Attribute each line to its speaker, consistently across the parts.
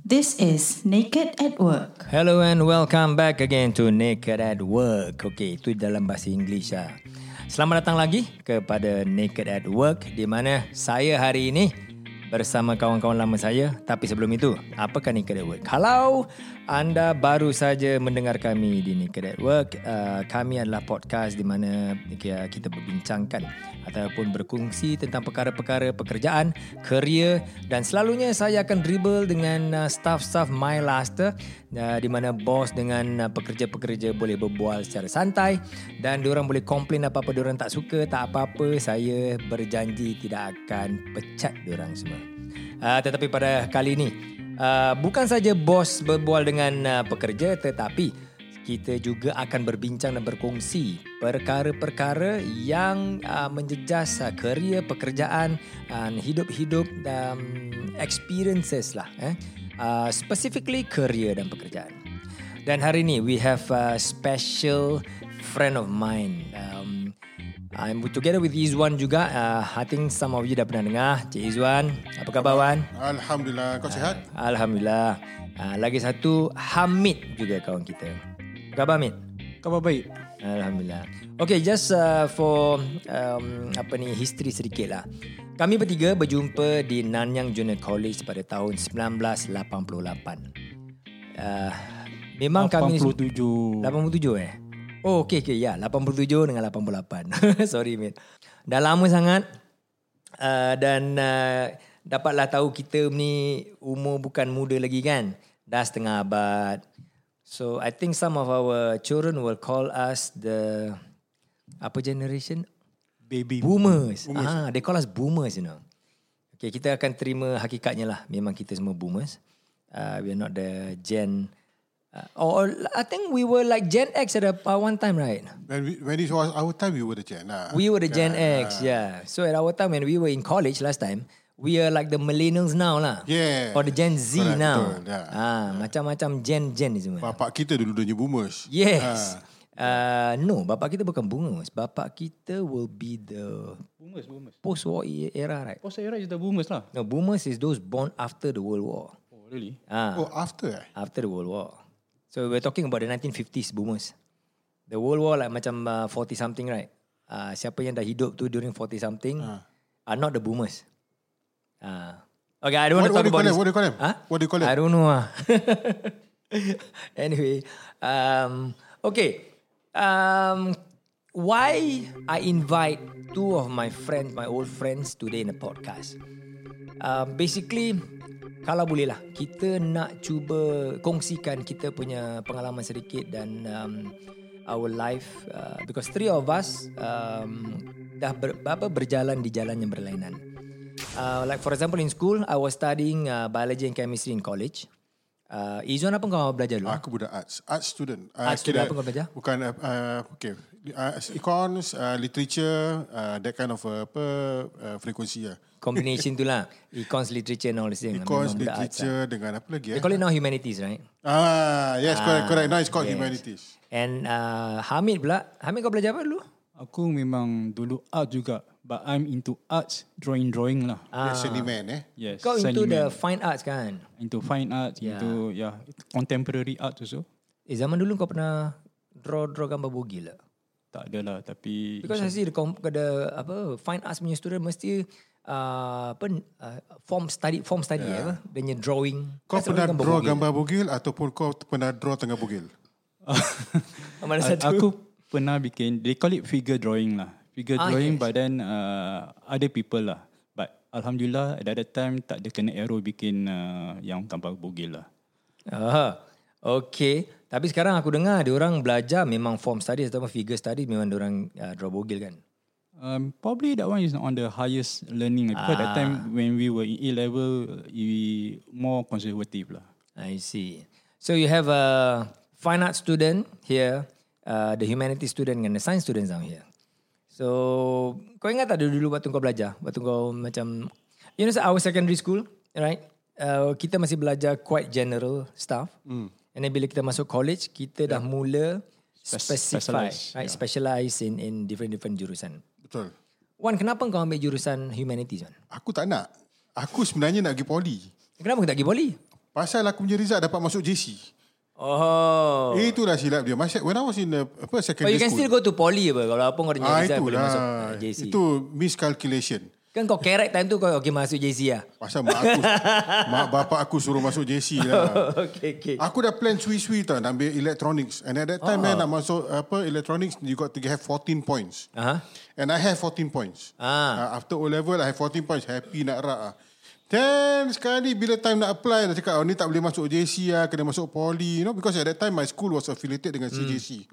Speaker 1: This is Naked at Work.
Speaker 2: Hello and welcome back again to Naked at Work. Okey, itu dalam bahasa English lah. Selamat datang lagi kepada Naked at Work di mana saya hari ini bersama kawan-kawan lama saya. Tapi sebelum itu, apakah Naked at Work? Kalau anda baru saja mendengar kami di Naked at Work, uh, kami adalah podcast di mana ki- kita berbincangkan ataupun berkongsi tentang perkara-perkara pekerjaan, kerja dan selalunya saya akan dribble dengan uh, staff-staff My Laster uh, di mana bos dengan uh, pekerja-pekerja boleh berbual secara santai dan diorang boleh komplain apa-apa diorang tak suka, tak apa-apa. Saya berjanji tidak akan pecat diorang semua. Uh, tetapi pada kali ini, uh, bukan saja bos berbual dengan uh, pekerja tetapi kita juga akan berbincang dan berkongsi perkara-perkara yang uh, menjejas uh, kerjaya, pekerjaan, uh, hidup-hidup dan experiences lah. Eh? Uh, specifically kerja dan pekerjaan. Dan hari ini we have a special friend of mine. Um, I'm together with Izwan juga. Uh, I think some of you dah pernah dengar. Cik Izwan, apa khabar Wan?
Speaker 3: Alhamdulillah kau sihat?
Speaker 2: Alhamdulillah. Uh, lagi satu Hamid juga kawan kita. Apa khabar Hamid?
Speaker 4: Khabar baik.
Speaker 2: Alhamdulillah. Okay, just uh, for um, apa ni history sedikit lah. Kami bertiga berjumpa di Nanyang Junior College pada tahun 1988. Uh, memang kami
Speaker 4: 87.
Speaker 2: 87 eh? Oh, okay, okay. Ya, 87 dengan 88. Sorry, mate. Dah lama sangat. Uh, dan uh, dapatlah tahu kita ni umur bukan muda lagi kan? Dah setengah abad. So, I think some of our children will call us the... Apa generation?
Speaker 4: Baby.
Speaker 2: Boomers. boomers. Ah, they call us boomers, you know. Okay, kita akan terima hakikatnya lah. Memang kita semua boomers. Uh, we are not the gen... Uh, or, or I think we were like Gen X at a, uh, one time, right?
Speaker 3: When we, when it was our time we were the Gen lah.
Speaker 2: We were the Gen X, yeah. So at our time when we were in college last time, we are like the millennials now lah.
Speaker 3: Yeah.
Speaker 2: Or the Gen Z
Speaker 3: Correct,
Speaker 2: now.
Speaker 3: betul, yeah.
Speaker 2: Ah, macam-macam Gen-Gen ni semua.
Speaker 3: Bapak kita dulu dia punya boomers.
Speaker 2: Yes.
Speaker 3: Ah.
Speaker 2: Uh, no, bapak kita bukan boomers. Bapak kita will be the
Speaker 4: Boomers, boomers.
Speaker 2: post-war era, right?
Speaker 4: Post era is the boomers lah.
Speaker 2: No, boomers is those born after the World War.
Speaker 4: Oh, really?
Speaker 2: Ah,
Speaker 3: Oh after eh?
Speaker 2: after the World War. So we're talking about the 1950s boomers. The World War like macam uh, 40 something right? Uh, siapa yang dah hidup tu during 40 something uh.
Speaker 3: Ah.
Speaker 2: are not the boomers. Uh. Okay, I don't want to
Speaker 3: What-
Speaker 2: talk
Speaker 3: what do you
Speaker 2: about
Speaker 3: call
Speaker 2: this.
Speaker 3: them? What do you call them?
Speaker 2: Huh?
Speaker 3: What do you call them?
Speaker 2: I don't know. ah. anyway, um, okay. Um, why I invite two of my friends, my old friends today in the podcast? Uh, basically, kalau boleh lah, kita nak cuba kongsikan kita punya pengalaman sedikit dan um, our life uh, because three of us um, dah ber, apa, berjalan di jalan yang berlainan. Uh, like for example in school, I was studying uh, biology and chemistry in college. Uh, Izzuan apa kau belajar dulu?
Speaker 3: Aku budak arts. Arts student. Uh,
Speaker 2: Arts student, apa kau belajar?
Speaker 3: Bukan, uh, uh, okay. Uh, econs, uh, literature, uh, that kind of uh, apa, uh, frekuensi lah.
Speaker 2: Combination tu lah. Econs, literature and all this thing.
Speaker 3: Econs,
Speaker 2: Memang budak arts lah.
Speaker 3: literature dengan apa lagi
Speaker 2: They
Speaker 3: eh?
Speaker 2: call it now humanities right?
Speaker 3: Ah, yes, correct, correct. Now it's called
Speaker 2: yes.
Speaker 3: humanities.
Speaker 2: And uh, Hamid pula. Hamid kau belajar apa dulu?
Speaker 4: Aku memang dulu art juga. But I'm into arts, drawing-drawing lah.
Speaker 3: Ah. Seniman eh.
Speaker 4: Yes.
Speaker 2: Kau into the
Speaker 4: sentiment.
Speaker 2: fine arts kan?
Speaker 4: into fine art,
Speaker 2: Yeah.
Speaker 4: into yeah, contemporary art also.
Speaker 2: Eh zaman dulu kau pernah draw-draw gambar bogil lah.
Speaker 4: Tak ada lah tapi
Speaker 2: Because I see the, com- the apa, fine arts punya student mesti uh, apa, uh, form study, form study yeah. apa? Dia punya drawing.
Speaker 3: Kau
Speaker 2: Kan selalu
Speaker 3: pernah draw
Speaker 2: bogil.
Speaker 3: gambar bugil ataupun kau pernah draw tengah bugil?
Speaker 2: Mana
Speaker 4: A-
Speaker 2: satu?
Speaker 4: aku pernah bikin they call it figure drawing lah. Figure
Speaker 2: Ah,
Speaker 4: drawing
Speaker 2: yes.
Speaker 4: but then uh, other people lah. But alhamdulillah at that time tak ada kena arrow bikin uh, yang gambar bugil lah.
Speaker 2: Aha. Okay. Tapi sekarang aku dengar dia orang belajar memang form study atau figure study memang dia orang uh, draw bogil kan.
Speaker 4: Um, probably that one is on the highest learning lah. because that time when we were in A level, we more conservative lah.
Speaker 2: I see. So you have a fine art student here, uh, the humanities student and the science students down here. So kau ingat tak dulu waktu kau belajar, waktu kau macam you know our secondary school, right? uh, kita masih belajar quite general stuff. Mm. And then bila kita masuk college, kita yeah. dah mula specify,
Speaker 4: specialise,
Speaker 2: right? Specialize in in different different jurusan.
Speaker 3: Betul.
Speaker 2: Wan, kenapa kau ambil jurusan humanities, Wan?
Speaker 3: Aku tak nak. Aku sebenarnya nak pergi poli.
Speaker 2: Kenapa kau tak pergi poli?
Speaker 3: Pasal aku punya result dapat masuk JC.
Speaker 2: Oh.
Speaker 3: Oh. Itulah silap dia. Masa when I was in the, apa
Speaker 2: But you
Speaker 3: secondary
Speaker 2: can
Speaker 3: school.
Speaker 2: still go to poly apa kalau apa kau
Speaker 3: ah
Speaker 2: punya result boleh
Speaker 3: itulah.
Speaker 2: masuk uh, JC.
Speaker 3: Itu miscalculation.
Speaker 2: Kan kau kerek time tu kau okay masuk JC lah.
Speaker 3: Pasal mak aku mak bapak aku suruh masuk JC lah.
Speaker 2: okay, okay. Ah.
Speaker 3: Aku dah plan sui-sui tau nak ambil electronics. And at that time eh, nak masuk apa electronics you got to have 14 points.
Speaker 2: Aha.
Speaker 3: Ah. And I have 14 points.
Speaker 2: Ah.
Speaker 3: Uh, after O level I have 14 points. Happy nak rak ah. Then sekali bila time nak apply dah cakap oh, ni tak boleh masuk JC lah, kena masuk poly you know because at that time my school was affiliated dengan
Speaker 2: Hmm.
Speaker 3: CJC.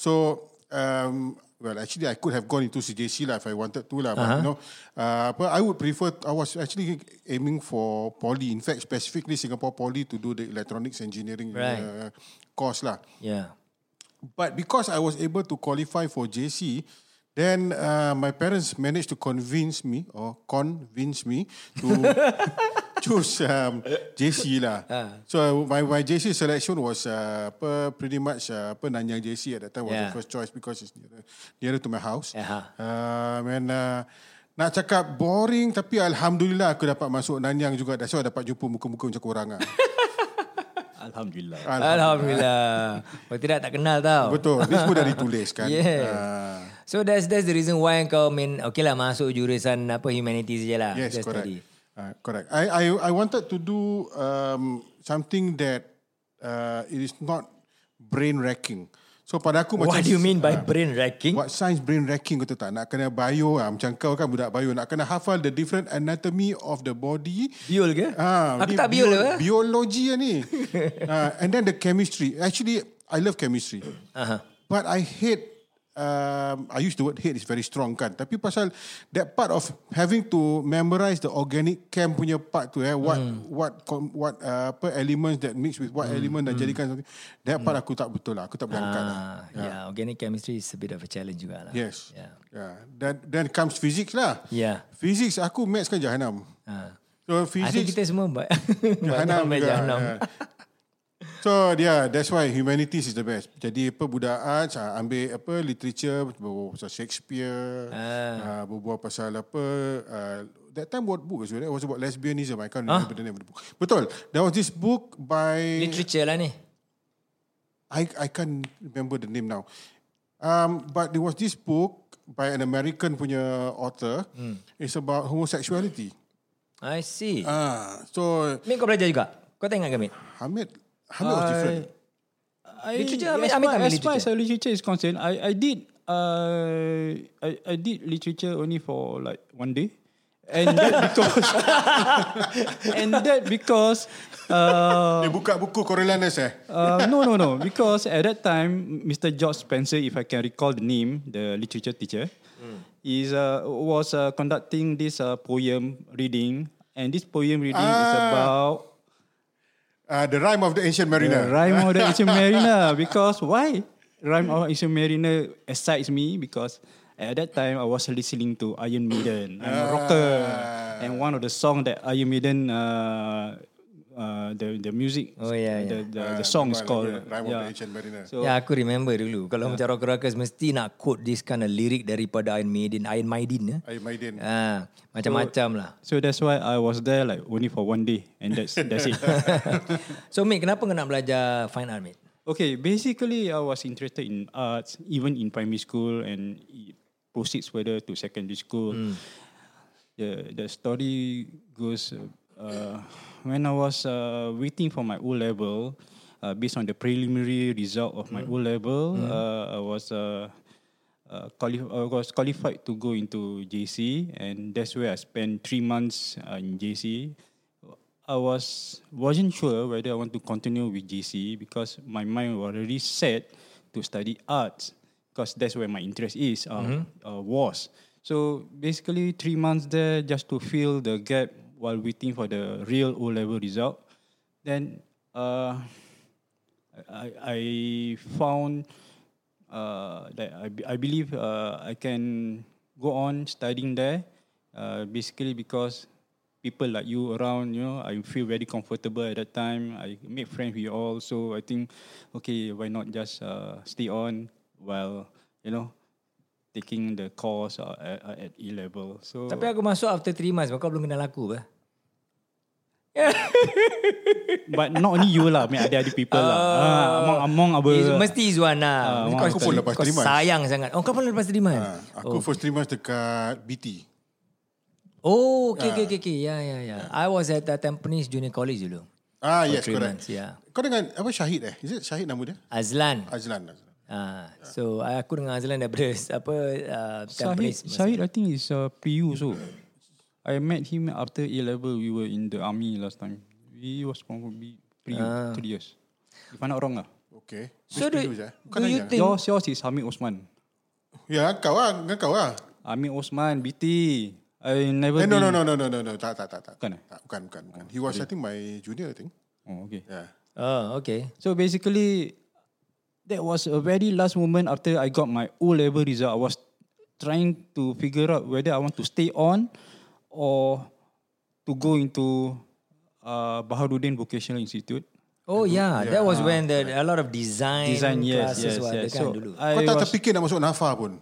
Speaker 3: So um well actually I could have gone into CJC lah if I wanted to lah but
Speaker 2: Uh-huh.
Speaker 3: you know uh, but I would prefer I was actually aiming for poly in fact specifically Singapore poly to do the electronics engineering
Speaker 2: Right.
Speaker 3: uh, course lah.
Speaker 2: Yeah.
Speaker 3: But because I was able to qualify for JC, then uh, my parents managed to convince me or convince me to choose um, JC lah.
Speaker 2: Ah.
Speaker 3: So my my JC selection was uh, apa, pretty much uh, apa Nanyang JC at that time was
Speaker 2: Yeah. Uh-huh.
Speaker 3: the first choice because it's nearer, nearer to my house.
Speaker 2: Aha.
Speaker 3: Um, and uh, nak cakap boring tapi alhamdulillah aku dapat masuk Nanyang juga. That's why I dapat jumpa muka-muka macam korang ah.
Speaker 4: Alhamdulillah.
Speaker 2: Alhamdulillah. Kalau tidak tak kenal tau.
Speaker 3: Betul. Ni semua dah ditulis kan.
Speaker 2: Oh. Yes.
Speaker 3: Ah.
Speaker 2: So that's that's the reason why kau main okay lah masuk jurusan apa humanities je lah.
Speaker 3: Yes,
Speaker 2: Just
Speaker 3: correct.
Speaker 2: study.
Speaker 3: Uh, correct. I, I I wanted to do um, something that uh, it is not brain wrecking. So pada aku macam
Speaker 2: What
Speaker 3: Ah.
Speaker 2: do you mean by brain wrecking?
Speaker 3: What science brain wrecking kau tahu tak? Nak kena bio ah macam kau kan budak bio nak kena hafal the different anatomy of the body.
Speaker 2: Biol ke?
Speaker 3: Ah,
Speaker 2: Aku
Speaker 3: ni
Speaker 2: tak eh. biol ke?
Speaker 3: Biologi lah ni. Ah, and then the chemistry. Actually, I love chemistry. Uh-huh. But I hate Um, I use the word hate is very strong kan tapi pasal that part of having to memorize the organic chem punya part tu eh what
Speaker 2: Hmm.
Speaker 3: what com- what uh, apa elements that mix with what element dan jadikan something that part aku tak betul lah aku tak boleh angkat lah
Speaker 2: hmm. Ah, yeah, organic chemistry is a bit of a challenge juga lah.
Speaker 3: yes
Speaker 2: Yeah.
Speaker 3: yeah. then then comes physics lah
Speaker 2: Yeah.
Speaker 3: physics aku maths kan jahanam
Speaker 2: Ya. Ah. I
Speaker 3: so
Speaker 2: think
Speaker 3: physics
Speaker 2: kita semua ba-
Speaker 3: Jahanam Ya.
Speaker 2: banyak
Speaker 3: juga.
Speaker 2: jahanam.
Speaker 3: Yeah. So yeah, that's why humanities is the best. Jadi apa budak arts, ah, ambil apa literature, berbual pasal Shakespeare, ah. berbual pasal apa. ah, that time what book is it? It was about lesbianism. I can't remember the name of the book. Betul. There was this book by
Speaker 2: Literature lah ni.
Speaker 3: I I can't remember the name now. Um, but there was this book by an American punya author. It's about homosexuality.
Speaker 2: I see. Uh,
Speaker 3: Ah, so
Speaker 2: Min kau belajar juga? Kau tak ingat ke Min?
Speaker 3: Hamid Hamid was different.
Speaker 4: I,
Speaker 2: Literature, Amir-
Speaker 4: as,
Speaker 2: Amir
Speaker 4: far,
Speaker 2: tak ambil
Speaker 4: as far as
Speaker 2: literature?
Speaker 4: literature is concerned, I I did uh, I I did literature only for like one day, and that because and that because uh,
Speaker 3: Dia buka buku Coriolanus eh?
Speaker 4: uh, no no no because at that time Mr. George Spencer, if I can recall the name, the literature teacher,
Speaker 3: Hmm.
Speaker 4: is uh, was uh, conducting this uh, poem reading, and this poem reading is
Speaker 3: Ah.
Speaker 4: about
Speaker 3: Uh, the Rhyme of the Ancient Mariner.
Speaker 4: The rhyme of the ancient mariner because why? Rhyme of ancient mariner excites me because at that time I was listening to Iron Maiden. I'm a rocker,
Speaker 3: Ah.
Speaker 4: and one of the song that Iron Maiden, uh, uh, the the music,
Speaker 2: Oh, yeah,
Speaker 4: the the,
Speaker 3: Ah,
Speaker 4: the song
Speaker 3: Rhyme
Speaker 4: is
Speaker 3: of
Speaker 4: called
Speaker 3: the- Rhyme of the
Speaker 4: yeah.
Speaker 3: Ancient Mariner.
Speaker 4: So
Speaker 2: Ya, aku remember dulu. Kalau macam rocker-rockers mesti nak quote this kind of lyric daripada Iron Maiden. Iron Maiden ya.
Speaker 3: Air Maiden.
Speaker 2: Ah, macam-macam lah.
Speaker 4: so that's why I was there like only for one day, and that's that's it.
Speaker 2: So Mate, kenapa kau nak belajar fine art Mate?
Speaker 3: Oh.
Speaker 4: Okay, basically I was interested in arts even in primary school and it proceeds further to secondary school. The the story goes uh, when I was uh, waiting for my O level, uh, based on the preliminary result of my O level, uh, I was. Uh, uh, quali- I was qualified to go into JC, and that's where I spent three months uh, in JC. I was wasn't sure whether I want to continue with JC because my mind was already set to study arts because that's where my interest is uh, uh, was. So basically, three months there just to fill the gap while waiting for the real O level result. Then uh, I, I found uh, that I, be- I believe uh, I can go on studying there, uh, basically because people like you around. You know, I feel very comfortable at that time. I made friends with you all, so I think, okay, why not just uh, stay on while you know taking the course uh, at, at- at E level. So
Speaker 2: Tapi aku masuk after 3 months, kau belum kenal aku apa?
Speaker 4: But not only you lah, I mean ada ada people lah. Ah, among among our
Speaker 2: Iz- Mesti Izwan lah.
Speaker 4: Ah,
Speaker 2: kau,
Speaker 3: aku pun lepas
Speaker 2: kau
Speaker 3: three months.
Speaker 2: sayang sangat. Oh, kau pun lepas 3 months?
Speaker 3: Aku oh. first three months dekat BT.
Speaker 2: Oh,
Speaker 3: Ah.
Speaker 2: okay, okay, okay, okay. Ya, ya, ya. I was at uh, Tampines Junior College dulu.
Speaker 3: Ah,
Speaker 2: For
Speaker 3: yes,
Speaker 2: three
Speaker 3: correct.
Speaker 2: months, yeah.
Speaker 3: Kau dengan apa Syahid eh? Is it Syahid nama dia?
Speaker 2: Azlan.
Speaker 3: Azlan. Azlan.
Speaker 2: Ah, so I- aku dengan Azlan daripada s- apa uh,
Speaker 4: Shahid,
Speaker 2: Tampines.
Speaker 4: Shahid
Speaker 3: lah.
Speaker 4: I think is uh, PU so. I met him after A level. We were in the army last time. He was probably PU three years. If I'm not wrong lah.
Speaker 3: Okay.
Speaker 2: So do,
Speaker 3: Which PU sia? Bukan
Speaker 2: do you
Speaker 3: Azlan.
Speaker 2: think
Speaker 4: Yours, yours is Hamid Osman.
Speaker 3: Ya, kau lah. Dengan kau lah.
Speaker 4: Hamid Osman, BT. I never.
Speaker 3: Eh, no,
Speaker 4: been-
Speaker 3: no, no, no, no, no, no. Tak, tak, tak. tak.
Speaker 4: Oh, Bukan eh?
Speaker 3: Tak, bukan, bukan, bukan. He was, I think, my junior, I think.
Speaker 4: Oh, okay.
Speaker 3: Yeah.
Speaker 2: Oh, okay.
Speaker 4: So basically, that was a very last moment after I got my O level result. I was trying to figure out whether I want to stay on or to go into uh, Baharuddin Vocational Institute.
Speaker 2: Oh yeah, that was when the a lot of design,
Speaker 4: ya, ah, Design, yes,
Speaker 2: classes
Speaker 4: yes,
Speaker 2: were
Speaker 4: yes.
Speaker 2: ada kan
Speaker 4: So
Speaker 2: dulu.
Speaker 4: I
Speaker 3: Kau tak
Speaker 4: was,
Speaker 3: terfikir nak masuk NAFA pun?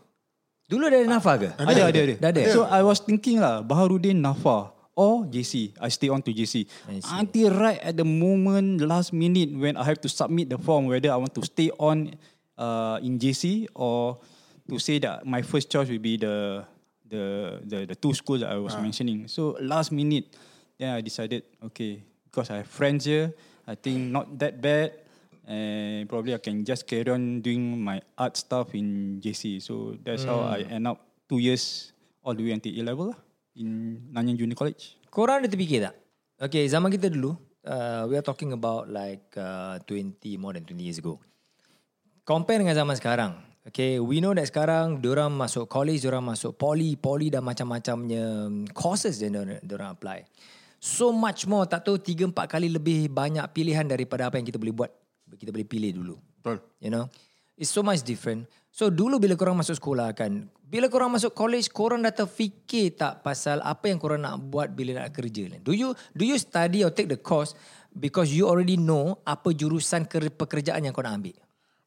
Speaker 2: Dulu ada Nafa ke?
Speaker 4: ada, ada, ada.
Speaker 2: Dah ada.
Speaker 4: So I was thinking lah, Baharuddin Nafa or JC. I stay on to JC. Until right at the moment, last minute, when I have to submit the form, whether I want to stay on uh, in JC or to say that my first choice will be the the the, the two schools that I was mentioning. So last minute, then I decided, okay, because I have friends here, I think not that bad. and probably I can just carry on doing my art stuff in JC. So that's how I end up two years all the way until A level lah in Nanyang Junior College.
Speaker 2: Korang ada terfikir tak? Okay, zaman kita dulu, uh, we are talking about like uh, 20, more than 20 years ago. Compare dengan zaman sekarang. Okay, we know that sekarang diorang masuk college, diorang masuk poly, poly dan macam-macamnya courses yang diorang, diorang apply. So much more, tak tahu 3-4 kali lebih banyak pilihan daripada apa yang kita boleh buat. Kita boleh pilih dulu.
Speaker 3: Betul.
Speaker 2: You know, it's so much different. So dulu bila korang masuk sekolah kan, bila korang masuk college, korang dah terfikir tak pasal apa yang korang nak buat bila nak kerja ni? Do you do you study or take the course because you already know apa jurusan ker- pekerjaan yang kau nak ambil?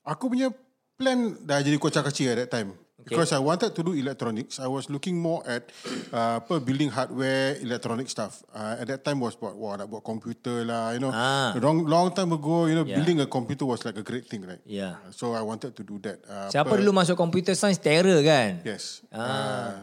Speaker 3: Aku punya plan dah jadi kocak kecil at that time. Okay. Because I wanted to do electronics. I was looking more at uh, apa building hardware, electronic stuff. Uh, at that time was buat, wah nak buat komputer lah, you know.
Speaker 2: Ah.
Speaker 3: Long long time ago, you know,
Speaker 2: Yeah.
Speaker 3: yeah. building a computer was like a great thing, right? Uh,
Speaker 2: Yeah.
Speaker 3: So I wanted to do that. Uh,
Speaker 2: Siapa dulu masuk computer science terror kan?
Speaker 3: Yes. Ah. Uh,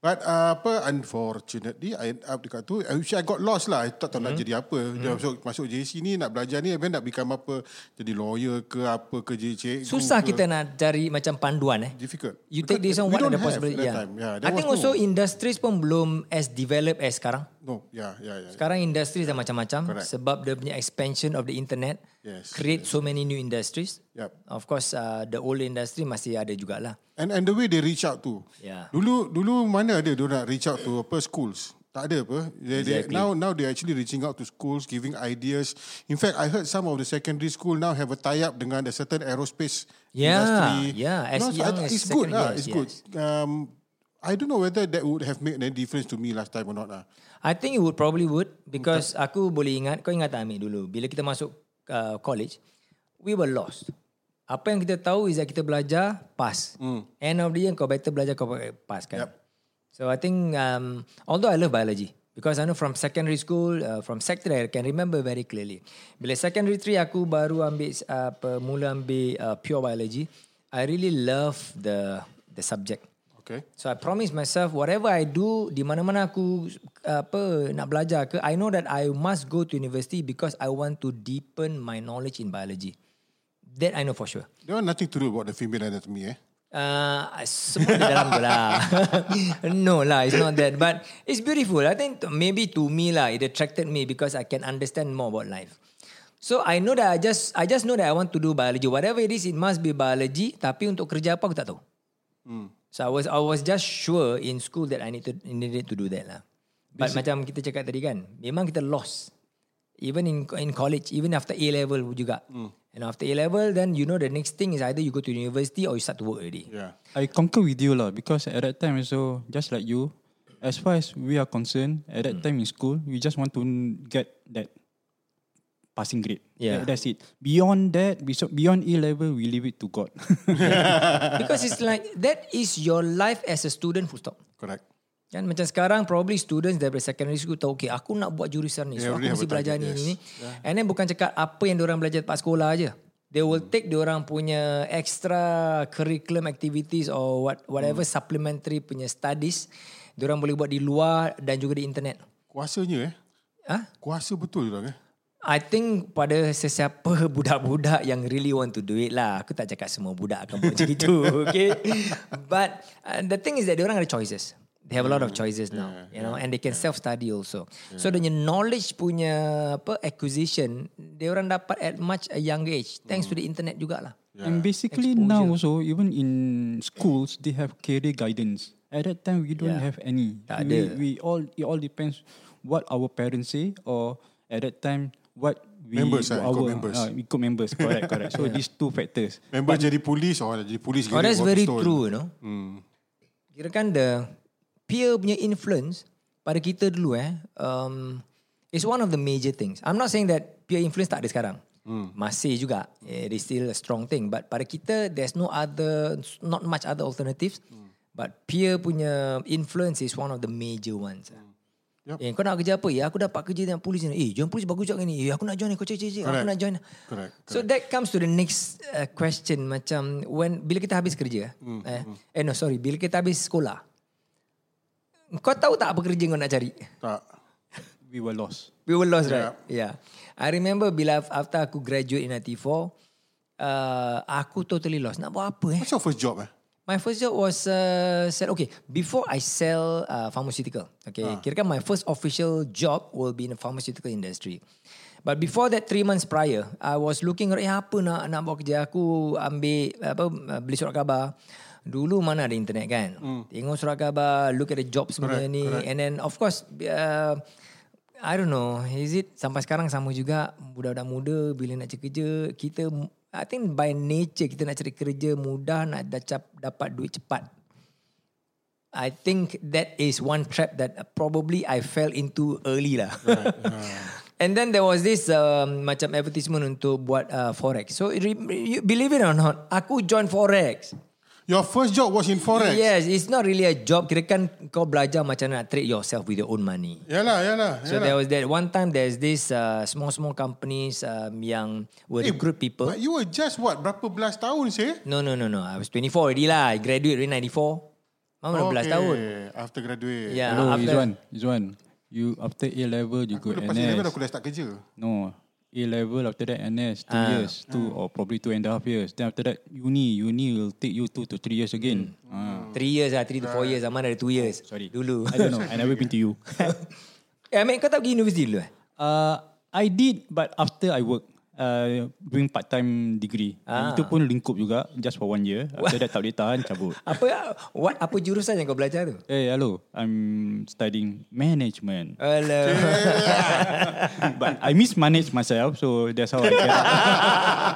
Speaker 3: but uh, apa unfortunately I end up dekat tu which I got lost lah. I tak tahu hmm. nak
Speaker 2: Mm-hmm.
Speaker 3: jadi apa. Hmm. Dia masuk masuk JC ni nak belajar ni even nak become apa jadi lawyer ke apa ke jadi cikgu.
Speaker 2: Susah
Speaker 3: ke.
Speaker 2: kita nak cari macam panduan eh.
Speaker 3: difficult.
Speaker 2: You take this on
Speaker 3: we
Speaker 2: what
Speaker 3: don't
Speaker 2: are the
Speaker 3: have
Speaker 2: possibility.
Speaker 3: that
Speaker 2: Yeah.
Speaker 3: time. Yeah,
Speaker 2: I
Speaker 3: there
Speaker 2: think
Speaker 3: was
Speaker 2: also
Speaker 3: no-
Speaker 2: industries pun belum as developed as sekarang.
Speaker 3: No, yeah, yeah, yeah.
Speaker 2: Sekarang industri dah macam-macam
Speaker 3: Correct.
Speaker 2: sebab dia punya expansion of the internet
Speaker 3: Yes,
Speaker 2: create so many new industries.
Speaker 3: Yup.
Speaker 2: Of course uh, the old industry masih ada jugalah.
Speaker 3: And and the way they reach out to.
Speaker 2: Yeah.
Speaker 3: Dulu dulu mana ada dia nak reach out to apa schools? Tak ada apa. They, they,
Speaker 2: Exactly.
Speaker 3: Now now they actually reaching out to schools, giving ideas. In fact, I heard some of the secondary school now have a tie-up dengan a certain aerospace
Speaker 2: Yeah,
Speaker 3: industry.
Speaker 2: yeah, as
Speaker 3: so I
Speaker 2: young
Speaker 3: think
Speaker 2: as
Speaker 3: it's good
Speaker 2: secondary,
Speaker 3: lah.
Speaker 2: yes,
Speaker 3: It's good. Um, I don't know whether that would have made any difference to me last time or not lah.
Speaker 2: I think it would probably would because aku boleh ingat kau ingat tak Amir dulu bila kita masuk uh, college we were lost. Apa yang kita tahu is that kita belajar pass. Mm. End of the year kau better belajar kau pakai pass kan.
Speaker 3: Yup.
Speaker 2: So I think um, although I love biology because I know from secondary school uh, from sec 3 I can remember very clearly. Bila secondary 3 aku baru ambil uh, apa mula ambil uh, pure biology I really love the the subject.
Speaker 3: Okay.
Speaker 2: So I promise myself whatever I do di mana-mana aku apa nak belajar ke I know that I must go to university because I want to deepen my knowledge in biology. That I know for sure.
Speaker 3: They want nothing to do about the female anatomy eh.
Speaker 2: Uh, semua di dalam tu lah. no lah, it's not that. But it's beautiful. I think to- maybe to me lah, it attracted me because I can understand more about life. So I know that I just I just know that I want to do biology. Whatever it is, it must be biology. Tapi untuk kerja apa aku tak tahu. So I was I was just sure in school that I need to needed to do that lah. But macam kita cakap tadi kan, memang kita lost. Even in in college, even after A level juga. And after A level, then you know the next thing is either you go to university or you start to work already.
Speaker 3: Yeah.
Speaker 4: I concur with you lah because at that time also just like you, as far as we are concerned, at that time in school, we just want to n- get that passing grade.
Speaker 2: Yeah.
Speaker 4: That- that's it. Beyond that, we so- beyond A level, we leave it to God.
Speaker 2: Because it's like that is your life as a student full stop.
Speaker 3: Correct.
Speaker 2: Kan macam sekarang probably students daripada secondary school tahu okay aku nak buat jurusan ni so aku
Speaker 3: They already
Speaker 2: mesti
Speaker 3: have a
Speaker 2: belajar ni
Speaker 3: target,
Speaker 2: ni
Speaker 3: yes.
Speaker 2: ni. And then bukan cakap apa yang orang belajar lepas sekolah aja. They will take orang punya extra curriculum activities or what whatever
Speaker 3: Hmm.
Speaker 2: supplementary punya studies orang boleh buat di luar dan juga di internet.
Speaker 3: Kuasanya eh.
Speaker 2: Ah,
Speaker 3: Kuasa betul orang eh.
Speaker 2: I think pada sesiapa budak-budak yang really want to do it lah. Aku tak cakap semua budak akan buat macam itu. Okay. But uh, the thing is that orang ada choices. They have a lot of choices now. you know. And they can self-study also. So, dia punya knowledge punya apa acquisition, dia orang dapat at much a younger age. Thanks to the internet jugalah.
Speaker 4: And basically now also, even in schools, they have career guidance. At that time, we don't have any.
Speaker 2: Tak
Speaker 4: we,
Speaker 2: ada.
Speaker 4: we all it all depends what our parents say or at that time what we
Speaker 3: Members, ah, ikut
Speaker 4: our
Speaker 3: members.
Speaker 4: ah, ikut members correct correct. So these two factors.
Speaker 3: Member jadi polis, orang jadi polis.
Speaker 2: Oh,
Speaker 3: gila,
Speaker 2: that's
Speaker 3: buat
Speaker 2: very
Speaker 3: pistol.
Speaker 2: true, you know. Hmm. Kira kan the peer punya influence pada kita dulu eh, um, is one of the major things. I'm not saying that peer influence tak ada sekarang. Hmm. Masih juga. It is still a strong thing. But pada kita, there's no other, not much other alternatives. Hmm. But peer punya influence is one of the major ones. Hmm.
Speaker 3: Yup.
Speaker 2: Eh, kau nak kerja apa? Ya, aku dapat kerja dengan polis ni. Eh, join polis bagus juga ni. Eh, aku nak join ni. Kau cek, cek, cek. Aku
Speaker 3: Correct.
Speaker 2: nak join.
Speaker 3: Correct,
Speaker 2: So that comes to the next uh, question. Macam, when bila kita habis kerja. Mm,
Speaker 3: Hmm,
Speaker 2: eh, eh, no, sorry. Bila kita habis sekolah. Kau tahu tak apa kerja kau nak cari?
Speaker 3: Tak.
Speaker 4: We were lost.
Speaker 2: We were lost, right?
Speaker 3: Ya.
Speaker 2: Yeah. I remember bila after aku graduate in 94, uh, aku totally lost. Nak buat apa eh?
Speaker 3: What's your first job eh?
Speaker 2: My first job was uh, sell. Okay, before I sell uh, pharmaceutical, okay, kira kan my first official job will be in the pharmaceutical industry. But before that, three months prior, I was looking around, eh apa nak, nak buat kerja aku, ambil, apa, uh, beli surat khabar. Dulu mana ada internet kan? Tengok surat khabar, look at the job semua ni. And then of course, uh, I don't know, is it sampai sekarang sama juga budak-budak muda bila nak cari kerja, kita I think by nature kita nak cari kerja mudah, nak dacap, dapat duit cepat. I think that is one trap that probably I fell into early lah. And then there was this um, macam advertisement untuk buat uh, forex. So it, re- you, believe it or not, aku join forex.
Speaker 3: Your first job was in forex.
Speaker 2: Yes, it's not really a job. Kira kan kau belajar macam mana nak trade yourself with your own money.
Speaker 3: Yalah, yalah.
Speaker 2: So
Speaker 3: yalah.
Speaker 2: there was that one time there's this uh, small small companies um, yang will recruit people.
Speaker 3: But you were just what? Berapa belas tahun sih?
Speaker 2: No no no no. I was 24 already lah. I graduate in 94. Mama okay. 16 Oh, tahun.
Speaker 3: After graduate.
Speaker 2: Yeah.
Speaker 4: Hello,
Speaker 2: Ah, after-
Speaker 4: Izwan. Izwan, you after A level you
Speaker 3: Aku
Speaker 4: go
Speaker 3: lepas level
Speaker 4: NS.
Speaker 3: aku dah start kerja.
Speaker 4: No. A level after that NS two
Speaker 2: Ah.
Speaker 4: years, two
Speaker 3: Ah.
Speaker 4: or probably two and a half years. Then after that uni, uni will take you two to three years again. Ah,
Speaker 2: 3 years lah, 3 to 4 years. Zaman ada 2 years.
Speaker 4: sorry.
Speaker 2: Hmm. Dulu.
Speaker 4: I don't know. I never been to you.
Speaker 2: eh, Amir, kau tak pergi universiti dulu eh?
Speaker 4: Uh, I did, but after I work, uh, doing part time degree. Ah. Itu pun lingkup juga, just for one year. After that tak boleh tahan, cabut.
Speaker 2: Apa, what, apa jurusan yang kau belajar tu?
Speaker 4: Eh, hey, hello. I'm studying management,
Speaker 2: Alah.
Speaker 4: but I mismanage myself, so that's how I get. out.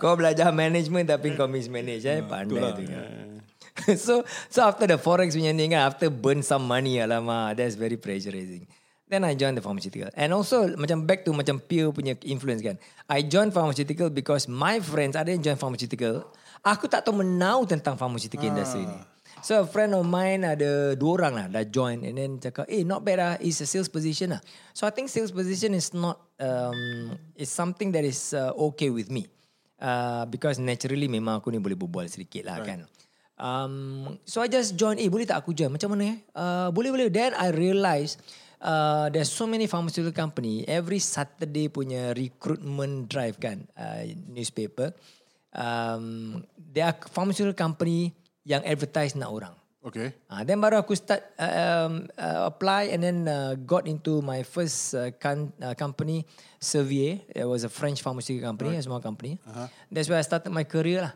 Speaker 2: kau belajar management tapi kau mismanage eh. Pandai tu. kan. so so after the forex punya ni kan after burn some money alamak that's very pressurizing then I joined the pharmaceutical and also macam back to macam peer punya influence kan I joined pharmaceutical because my friends ada yang join pharmaceutical aku tak tahu menau tentang pharmaceutical industry ni So a friend of mine ada dua orang lah dah join and then cakap eh not bad lah it's a sales position lah. So I think sales position is not um, is something that is uh, okay with me. Uh, because naturally memang aku ni boleh berbual sedikit lah right. kan. Um, so I just join. Eh boleh tak aku join? Macam mana eh? Uh, boleh boleh. Then I realise uh, there's so many pharmaceutical company. Every Saturday punya recruitment drive kan. Uh, newspaper. Um, there are pharmaceutical company yang advertise nak orang.
Speaker 3: Okay.
Speaker 2: Ah, then baru aku start uh, um, uh, apply and then uh, got into my first uh, con- uh, company, Servier. It was a French pharmaceutical company, a small company. Uh-huh. That's where I started my career lah.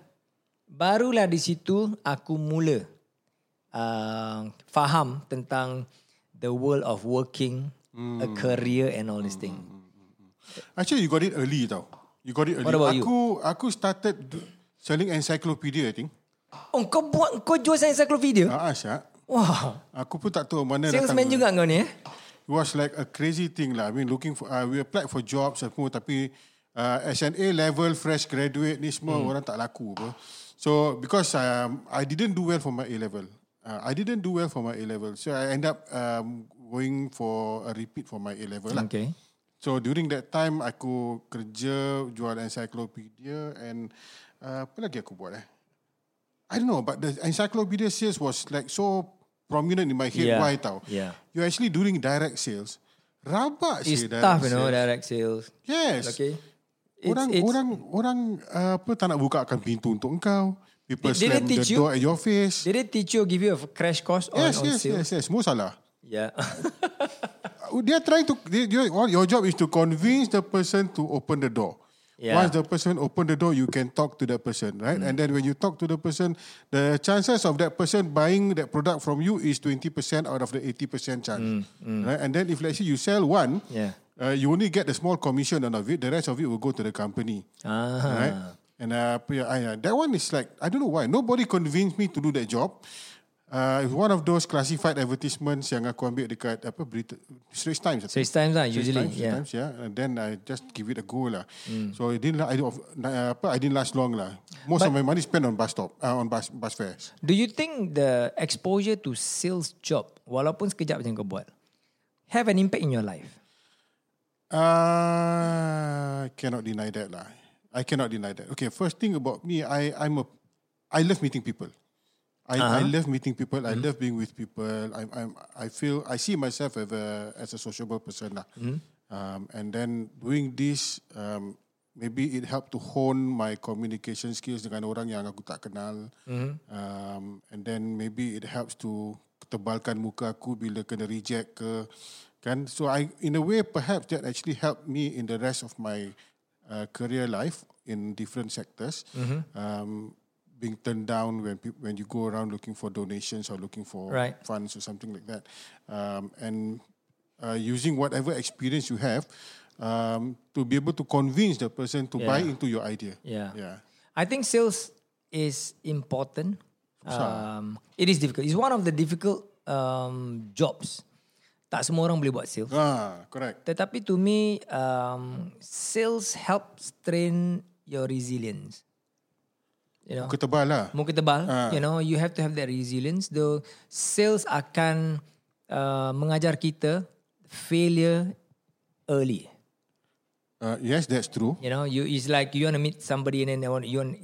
Speaker 2: Barulah di situ aku mula uh, faham tentang the world of working,
Speaker 3: Hmm.
Speaker 2: a career and all this thing.
Speaker 3: Actually, you got it early tau. You got it early.
Speaker 2: What about you?
Speaker 3: aku, aku started do- selling encyclopedia, I think.
Speaker 2: Oh, kau buat, kau jual encyclopedia?
Speaker 3: hmm. Ah, uh, Asyak.
Speaker 2: Wah,
Speaker 3: Aku pun tak tahu mana
Speaker 2: salesman
Speaker 3: datang.
Speaker 2: juga kau ni eh?
Speaker 3: It was like a crazy thing lah. I mean looking for uh, we applied for jobs semua tapi uh, SNA level fresh graduate ni semua hmm. orang tak laku apa. So because um, I didn't do well for my A level. Uh, I didn't do well for my A level. So I end up um, going for a repeat for my A level lah.
Speaker 2: Okay.
Speaker 3: So during that time aku kerja jual encyclopedia and uh, apa lagi aku buat eh? I don't know but the encyclopedia sales was like so prominent in my head
Speaker 2: Yeah.
Speaker 3: why tau.
Speaker 2: Yeah.
Speaker 3: You actually doing direct sales. Rabak
Speaker 2: It's
Speaker 3: sih direct
Speaker 2: tough, you
Speaker 3: sales.
Speaker 2: know, direct sales.
Speaker 3: Yes.
Speaker 2: Okay. It's,
Speaker 3: orang
Speaker 2: it's,
Speaker 3: orang orang uh, apa tak nak bukakan pintu untuk engkau. People
Speaker 2: Did- did
Speaker 3: slam
Speaker 2: they
Speaker 3: the
Speaker 2: teach you?
Speaker 3: door at your face.
Speaker 2: Did they teach you or give you a crash course on,
Speaker 3: Yes,
Speaker 2: on
Speaker 3: yes,
Speaker 2: sales?
Speaker 3: yes, yes. Semua salah.
Speaker 2: Yeah.
Speaker 3: Uh, They are trying to. They, you, all your job is to convince the person to open the door.
Speaker 2: Yeah. Mm.
Speaker 3: Once the person open the door, you can talk to that person, right? And then when you talk to the person, the chances of that person buying that product from you is twenty percent out of the eighty percent chance, right? And then if let's say you sell one,
Speaker 2: Mm, Yeah.
Speaker 3: uh, you only get the small commission out of it. The rest of it will go to the company,
Speaker 2: ah.
Speaker 3: right? And uh, pre- I, uh, that one is like I don't know why nobody convinced me to do that job. Uh, it's one of those classified advertisements yang aku ambil dekat apa Brit- Straits Times. I think.
Speaker 2: Six times lah,
Speaker 3: Six
Speaker 2: usually.
Speaker 3: times, six
Speaker 2: yeah. Hmm.
Speaker 3: times, yeah. And then I just give it a go lah. So it didn't. la- I don't, uh, apa, I didn't last long lah. Most of my money spent on bus stop, uh, on bus bus fares.
Speaker 2: Do you think the exposure to sales job, walaupun sekejap je kau buat, have an impact in your life?
Speaker 3: Uh, I cannot deny that lah. I cannot deny that. Okay, first thing about me, I I'm a, I love meeting people. I, I love meeting people. I love being with people. I I'm, I feel I see myself as a as a sociable person lah. Um, and then doing this, um, maybe it helped to hone my communication skills dengan orang yang aku tak kenal. Um, and then maybe it helps to tebalkan muka aku bila kena reject ke, kan? So I in a way perhaps that actually helped me in the rest of my uh, career life in different sectors. Um, being turned down when peop when you go around looking for donations or looking for
Speaker 2: Right.
Speaker 3: funds or something like that, um, and uh, using whatever experience you have um, to be able to convince the person to buy
Speaker 2: Yeah.
Speaker 3: into your idea.
Speaker 2: Yeah.
Speaker 3: yeah.
Speaker 2: I think sales is important. Um, it is difficult. It's one of the difficult um, jobs. Tak semua orang boleh buat sales.
Speaker 3: Ah, correct.
Speaker 2: Tetapi to me, um, sales helps train your resilience. You know,
Speaker 3: Muka tebal lah.
Speaker 2: muka tebal. You know, you have to have that resilience. The sales akan uh, mengajar kita failure early.
Speaker 3: Uh, yes, that's true.
Speaker 2: You know, you it's like you want to meet somebody and then you want, you want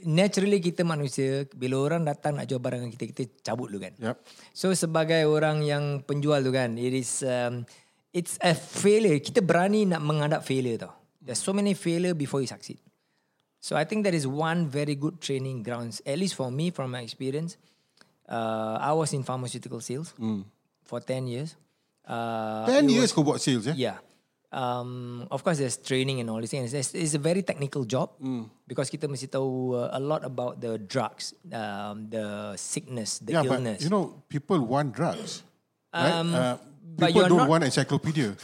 Speaker 2: naturally kita manusia bila orang datang nak jual barang dengan kita kita cabut dulu kan.
Speaker 3: Yep.
Speaker 2: So sebagai orang yang penjual tu kan, it is um, it's a failure. Kita berani nak menghadap failure tau. There's so many failure before you succeed. So I think that is one very good training grounds, at least for me from my experience. Uh, I was in pharmaceutical sales
Speaker 3: Hmm.
Speaker 2: for 10 years. Uh,
Speaker 3: 10 years kau buat sales eh?
Speaker 2: Yeah. Um, of course, there's training and all these things. It's, it's a very technical job
Speaker 3: Hmm.
Speaker 2: because kita mesti tahu uh, a lot about the drugs, um, the sickness, the
Speaker 3: yeah,
Speaker 2: illness.
Speaker 3: but you know, people want drugs. Right?
Speaker 2: Um,
Speaker 3: Uh,
Speaker 2: but
Speaker 3: people
Speaker 2: you're
Speaker 3: don't
Speaker 2: not-
Speaker 3: want encyclopedia.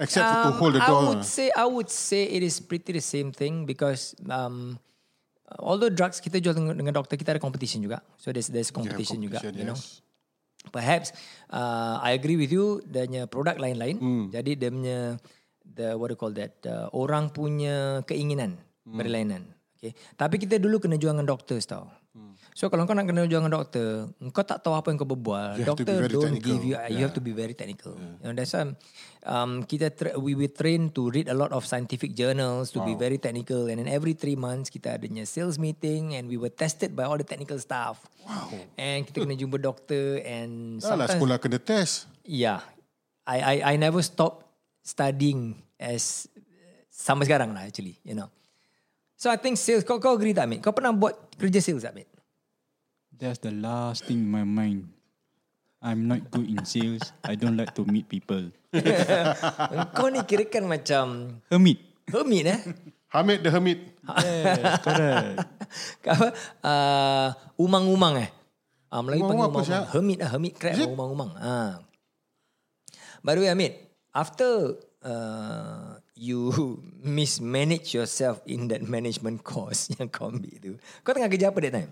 Speaker 3: except for to
Speaker 2: Um,
Speaker 3: hold the ah?
Speaker 2: I
Speaker 3: door.
Speaker 2: would say I would say it is pretty the same thing because um, although drugs kita jual dengan, dengan doktor kita ada competition juga. So there's there's competition, juga, you know.
Speaker 3: yes.
Speaker 2: Perhaps uh, I agree with you dia punya produk lain-lain.
Speaker 3: Hmm.
Speaker 2: Jadi dia punya the what do you call that? Uh, orang punya keinginan
Speaker 3: Hmm.
Speaker 2: berlainan. Okay. Tapi kita dulu kena jual dengan doktor tau.
Speaker 3: Hmm.
Speaker 2: So kalau kau nak kena jual dengan doktor, kau tak tahu apa yang kau berbual.
Speaker 3: You have to be
Speaker 2: Doktor
Speaker 3: very
Speaker 2: don't
Speaker 3: technical.
Speaker 2: give you you have to be very technical. You know, that's why um, kita tra- we were trained to read a lot of scientific journals to be very technical and then every three months kita adanya sales meeting and we were tested by all the technical staff. Wow. And kita kena jumpa doktor and
Speaker 3: Alah,
Speaker 2: sometimes
Speaker 3: lah, sekolah kena test.
Speaker 2: yeah. I I I never stop studying as sampai sekarang lah actually, you know. So I think sales kau kau agree tak Amit? Kau pernah buat kerja sales tak Amit?
Speaker 4: That's the last thing in my mind. I'm not good in sales. I don't like to meet people.
Speaker 2: kau ni kirakan macam
Speaker 4: Hermit.
Speaker 2: hermit eh?
Speaker 3: Hamid the Hermit.
Speaker 4: Yes, correct.
Speaker 2: apa uh, umang-umang eh. Ah Melayu panggil
Speaker 3: Umang-umang apa,
Speaker 2: umang-umang.
Speaker 3: Syah?
Speaker 2: Hermit lah, hermit crab lah, umang-umang. Ha. By the way, Amit, after uh, you mismanage yourself in that management course yang kau ambil tu, kau tengah kerja apa that time?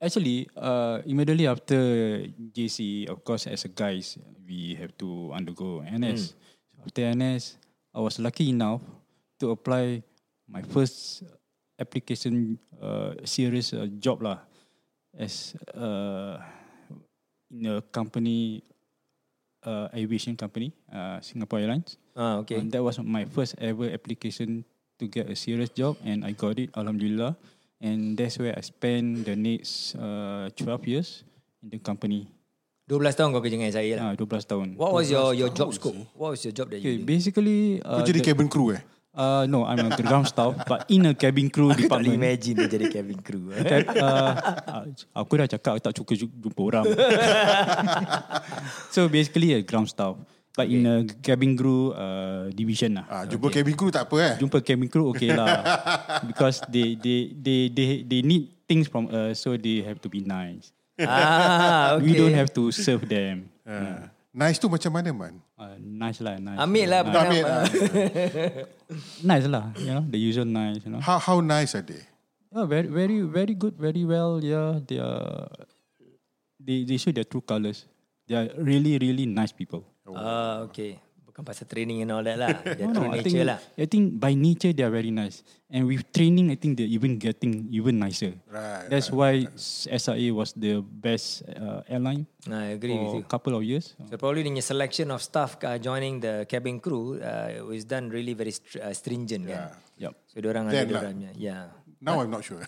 Speaker 4: Actually, uh, immediately after JC, of course, as a guys, we have to undergo NS. After NS, I was lucky enough to apply my first application uh, serious uh, job lah, as uh, in a company, uh, aviation company, uh, Singapore Airlines.
Speaker 2: Ah, okay.
Speaker 4: And that was my first ever application to get a serious job, and I got it, Alhamdulillah. And that's where I spent the next uh, 12 years in the company,
Speaker 2: 12 tahun kau kerja dengan saya lah.
Speaker 4: uh, 12 tahun.
Speaker 2: What was your your job scope? What was your job that you
Speaker 4: Okay,
Speaker 2: did?
Speaker 4: basically,
Speaker 3: Kau
Speaker 4: uh,
Speaker 3: jadi
Speaker 4: the-
Speaker 3: cabin crew eh?
Speaker 4: uh, no, I'm a ground staff, but in a cabin crew
Speaker 2: Aku tak boleh
Speaker 4: department.
Speaker 2: imagine dia jadi cabin crew. eh.
Speaker 4: Cab, uh, uh, aku dah cakap aku tak suka ju- jumpa orang. so basically a ground staff, but okay. in a cabin crew uh, division lah.
Speaker 3: Ah, jumpa cabin crew tak apa eh?
Speaker 4: jumpa cabin crew okay lah because they they they they they need things from us so they have to be nice
Speaker 2: ah, okay.
Speaker 4: we don't have to serve them uh.
Speaker 3: Ah. Nice tu macam mana man?
Speaker 4: Uh, nice lah nice
Speaker 2: Ambil lah
Speaker 3: Tak ambil lah.
Speaker 4: nice lah you know the usual nice you know
Speaker 3: How, how nice are they?
Speaker 4: oh, very very very good very well yeah they are they they show their true colors they are really really nice people
Speaker 2: Ah, okay. Bukan pasal training and all that lah. Dia
Speaker 4: No,
Speaker 2: true
Speaker 4: no, I think,
Speaker 2: nature lah.
Speaker 4: I think by nature they are very nice, and with training, I think they're even getting even nicer.
Speaker 3: Right,
Speaker 4: That's why SIA was the best uh, airline
Speaker 2: I agree with you.
Speaker 4: for a couple of years.
Speaker 2: Oh, So probably in your selection of staff uh, joining the cabin crew, uh, it was done really very str- uh, stringent yeah. kan.
Speaker 4: Yep.
Speaker 2: So diorang ada
Speaker 3: Then lah.
Speaker 2: diorang punya. Yeah.
Speaker 3: Now I'm not sure.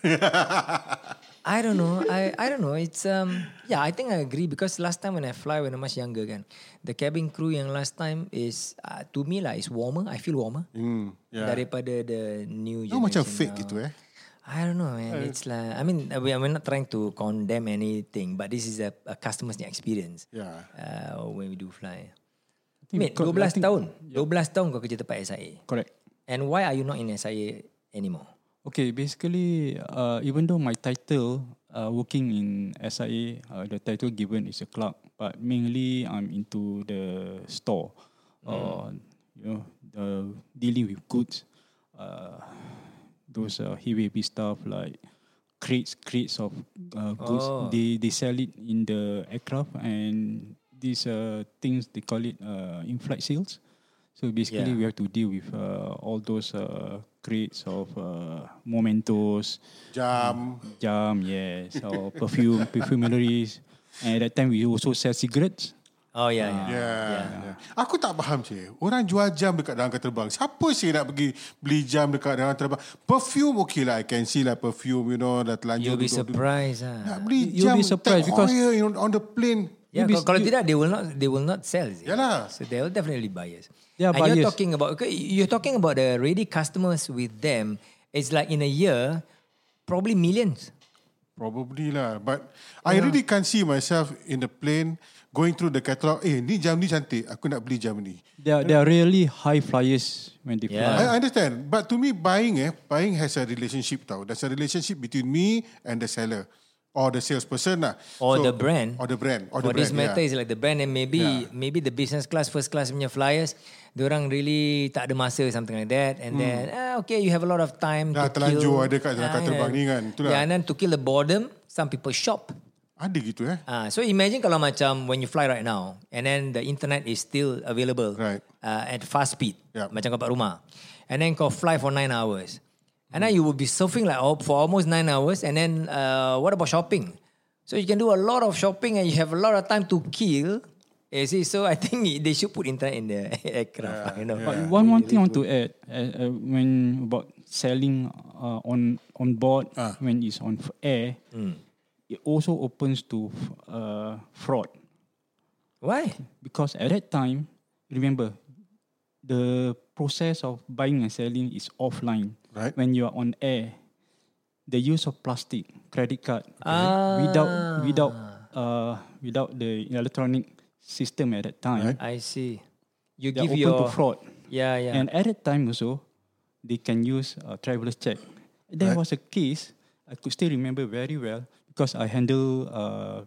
Speaker 2: I don't know. I I don't know. It's um yeah, I think I agree because last time when I fly when I was younger kan, the cabin crew yang last time is uh, to me lah is warmer. I feel warmer
Speaker 3: Hmm, yeah.
Speaker 2: daripada the new
Speaker 3: Kau
Speaker 2: generation.
Speaker 3: macam fake gitu eh?
Speaker 2: I don't know, man. it's like I mean, uh, we, I'm not trying to condemn anything, but this is a, a customer's experience.
Speaker 3: Yeah.
Speaker 2: Uh, when we do fly.
Speaker 4: think
Speaker 2: Mate, 12
Speaker 4: because- I think- Ya.
Speaker 2: tahun. 12 tahun kau kerja tempat SIA.
Speaker 4: Correct.
Speaker 2: And why are you not in SIA anymore?
Speaker 4: Okay, basically, uh, even though my title uh, working in SIA, uh, the title given is a clerk, but mainly I'm into the store,
Speaker 2: Mm.
Speaker 4: uh, you know, the dealing with goods, uh, those uh, heavy heavy stuff like crates crates of uh, goods.
Speaker 2: Oh.
Speaker 4: They they sell it in the aircraft and these uh, things they call it uh, in-flight sales. So basically,
Speaker 2: Yeah.
Speaker 4: we have to deal with uh, all those uh, crates of uh, mementos,
Speaker 3: Jam.
Speaker 4: Hmm. jam, yes, or perfume, perfumeries. And at that time, we also sell cigarettes.
Speaker 2: Oh yeah, yeah.
Speaker 3: Yeah. yeah. Aku tak faham sih. Orang jual jam dekat dalam angkatan terbang. Siapa sih nak pergi beli jam dekat dalam angkatan terbang? Perfume okay lah. I can see lah perfume, you know, dah telanjur.
Speaker 2: You'll be
Speaker 3: duduk- duduk.
Speaker 2: surprised. Ah.
Speaker 3: Nak beli
Speaker 4: You'll
Speaker 3: jam
Speaker 4: be
Speaker 3: take
Speaker 4: surprised because-
Speaker 3: oil, you know, on the plane.
Speaker 2: Yeah,
Speaker 4: You'll be-
Speaker 2: kalau, kalau
Speaker 4: you-
Speaker 2: tidak, they will not they will not sell. is it?
Speaker 3: Yalah.
Speaker 2: So they will definitely bias.
Speaker 4: They are
Speaker 2: and you're
Speaker 4: biased.
Speaker 2: talking about okay, you're talking about the ready customers with them. It's like in a year, probably millions.
Speaker 3: Probably lah. But I really can't see myself in the plane going through the catalog. Eh, ni jam ni cantik. Aku nak beli jam ni.
Speaker 4: They are, they are really high flyers when they
Speaker 2: Yeah.
Speaker 4: fly.
Speaker 3: I understand. But to me, buying eh, buying has a relationship tau. There's a relationship between me and the seller or the salesperson lah.
Speaker 2: Or the brand.
Speaker 3: Or the brand. Or
Speaker 2: For
Speaker 3: the brand,
Speaker 2: this matter,
Speaker 3: yeah.
Speaker 2: it's like the brand and maybe maybe the business class, first class punya flyers, orang really tak ada masa something like that. And then, ah, okay, you have a lot of time
Speaker 3: Hmm. Dah
Speaker 2: to
Speaker 3: terlanjur
Speaker 2: kill. Ah,
Speaker 3: ada kat dalam kapal terbang ni kan, itulah.
Speaker 2: Yeah, and then to kill the boredom, some people shop.
Speaker 3: Ada gitu eh.
Speaker 2: Ah, so imagine kalau macam when you fly right now and then the internet is still available
Speaker 3: Right.
Speaker 2: uh, at fast speed.
Speaker 3: Yup.
Speaker 2: Macam kau kat rumah. And then kau fly for nine hours. And then you will be surfing like oh, for almost nine hours. And then uh, what about shopping? So you can do a lot of shopping and you have a lot of time to kill. You see, so I think they should put internet in the aircraft. you know.
Speaker 4: One one thing I want to add uh, uh, when about selling uh, on on board when it's on f- air, it also opens to f- uh, fraud
Speaker 2: Why?
Speaker 4: because at that time, remember, the process of buying and selling is offline.
Speaker 3: Right.
Speaker 4: When you are on air, the use of plastic credit card
Speaker 2: Ah.
Speaker 4: without without uh, without the electronic system at that time,
Speaker 2: I see. You
Speaker 4: they're
Speaker 2: give
Speaker 4: open
Speaker 2: your
Speaker 4: to fraud.
Speaker 2: Yeah, yeah.
Speaker 4: And at that time also, they can use a traveler's check. There was a case I could still remember very well because I handle uh,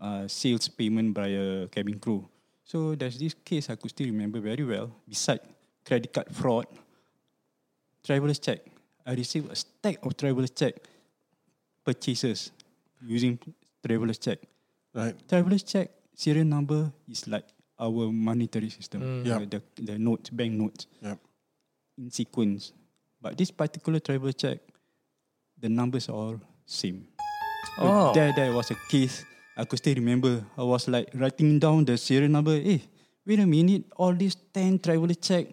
Speaker 4: uh, sales payment by a cabin crew. So there's this case I could still remember very well. Beside credit card fraud, traveler's check. I received a stack of traveler's check purchases using traveller's check.
Speaker 3: Right.
Speaker 4: Traveller's check serial number is like our monetary system,
Speaker 3: Mm. Yeah.
Speaker 4: the, the the notes, bank notes
Speaker 2: Hmm.
Speaker 3: Yep.
Speaker 4: in sequence. But this particular travel check, the numbers are all same.
Speaker 2: Oh.
Speaker 4: There, there was a case. I could still remember. I was like writing down the serial number. Eh, wait a minute. All these 10 traveler check,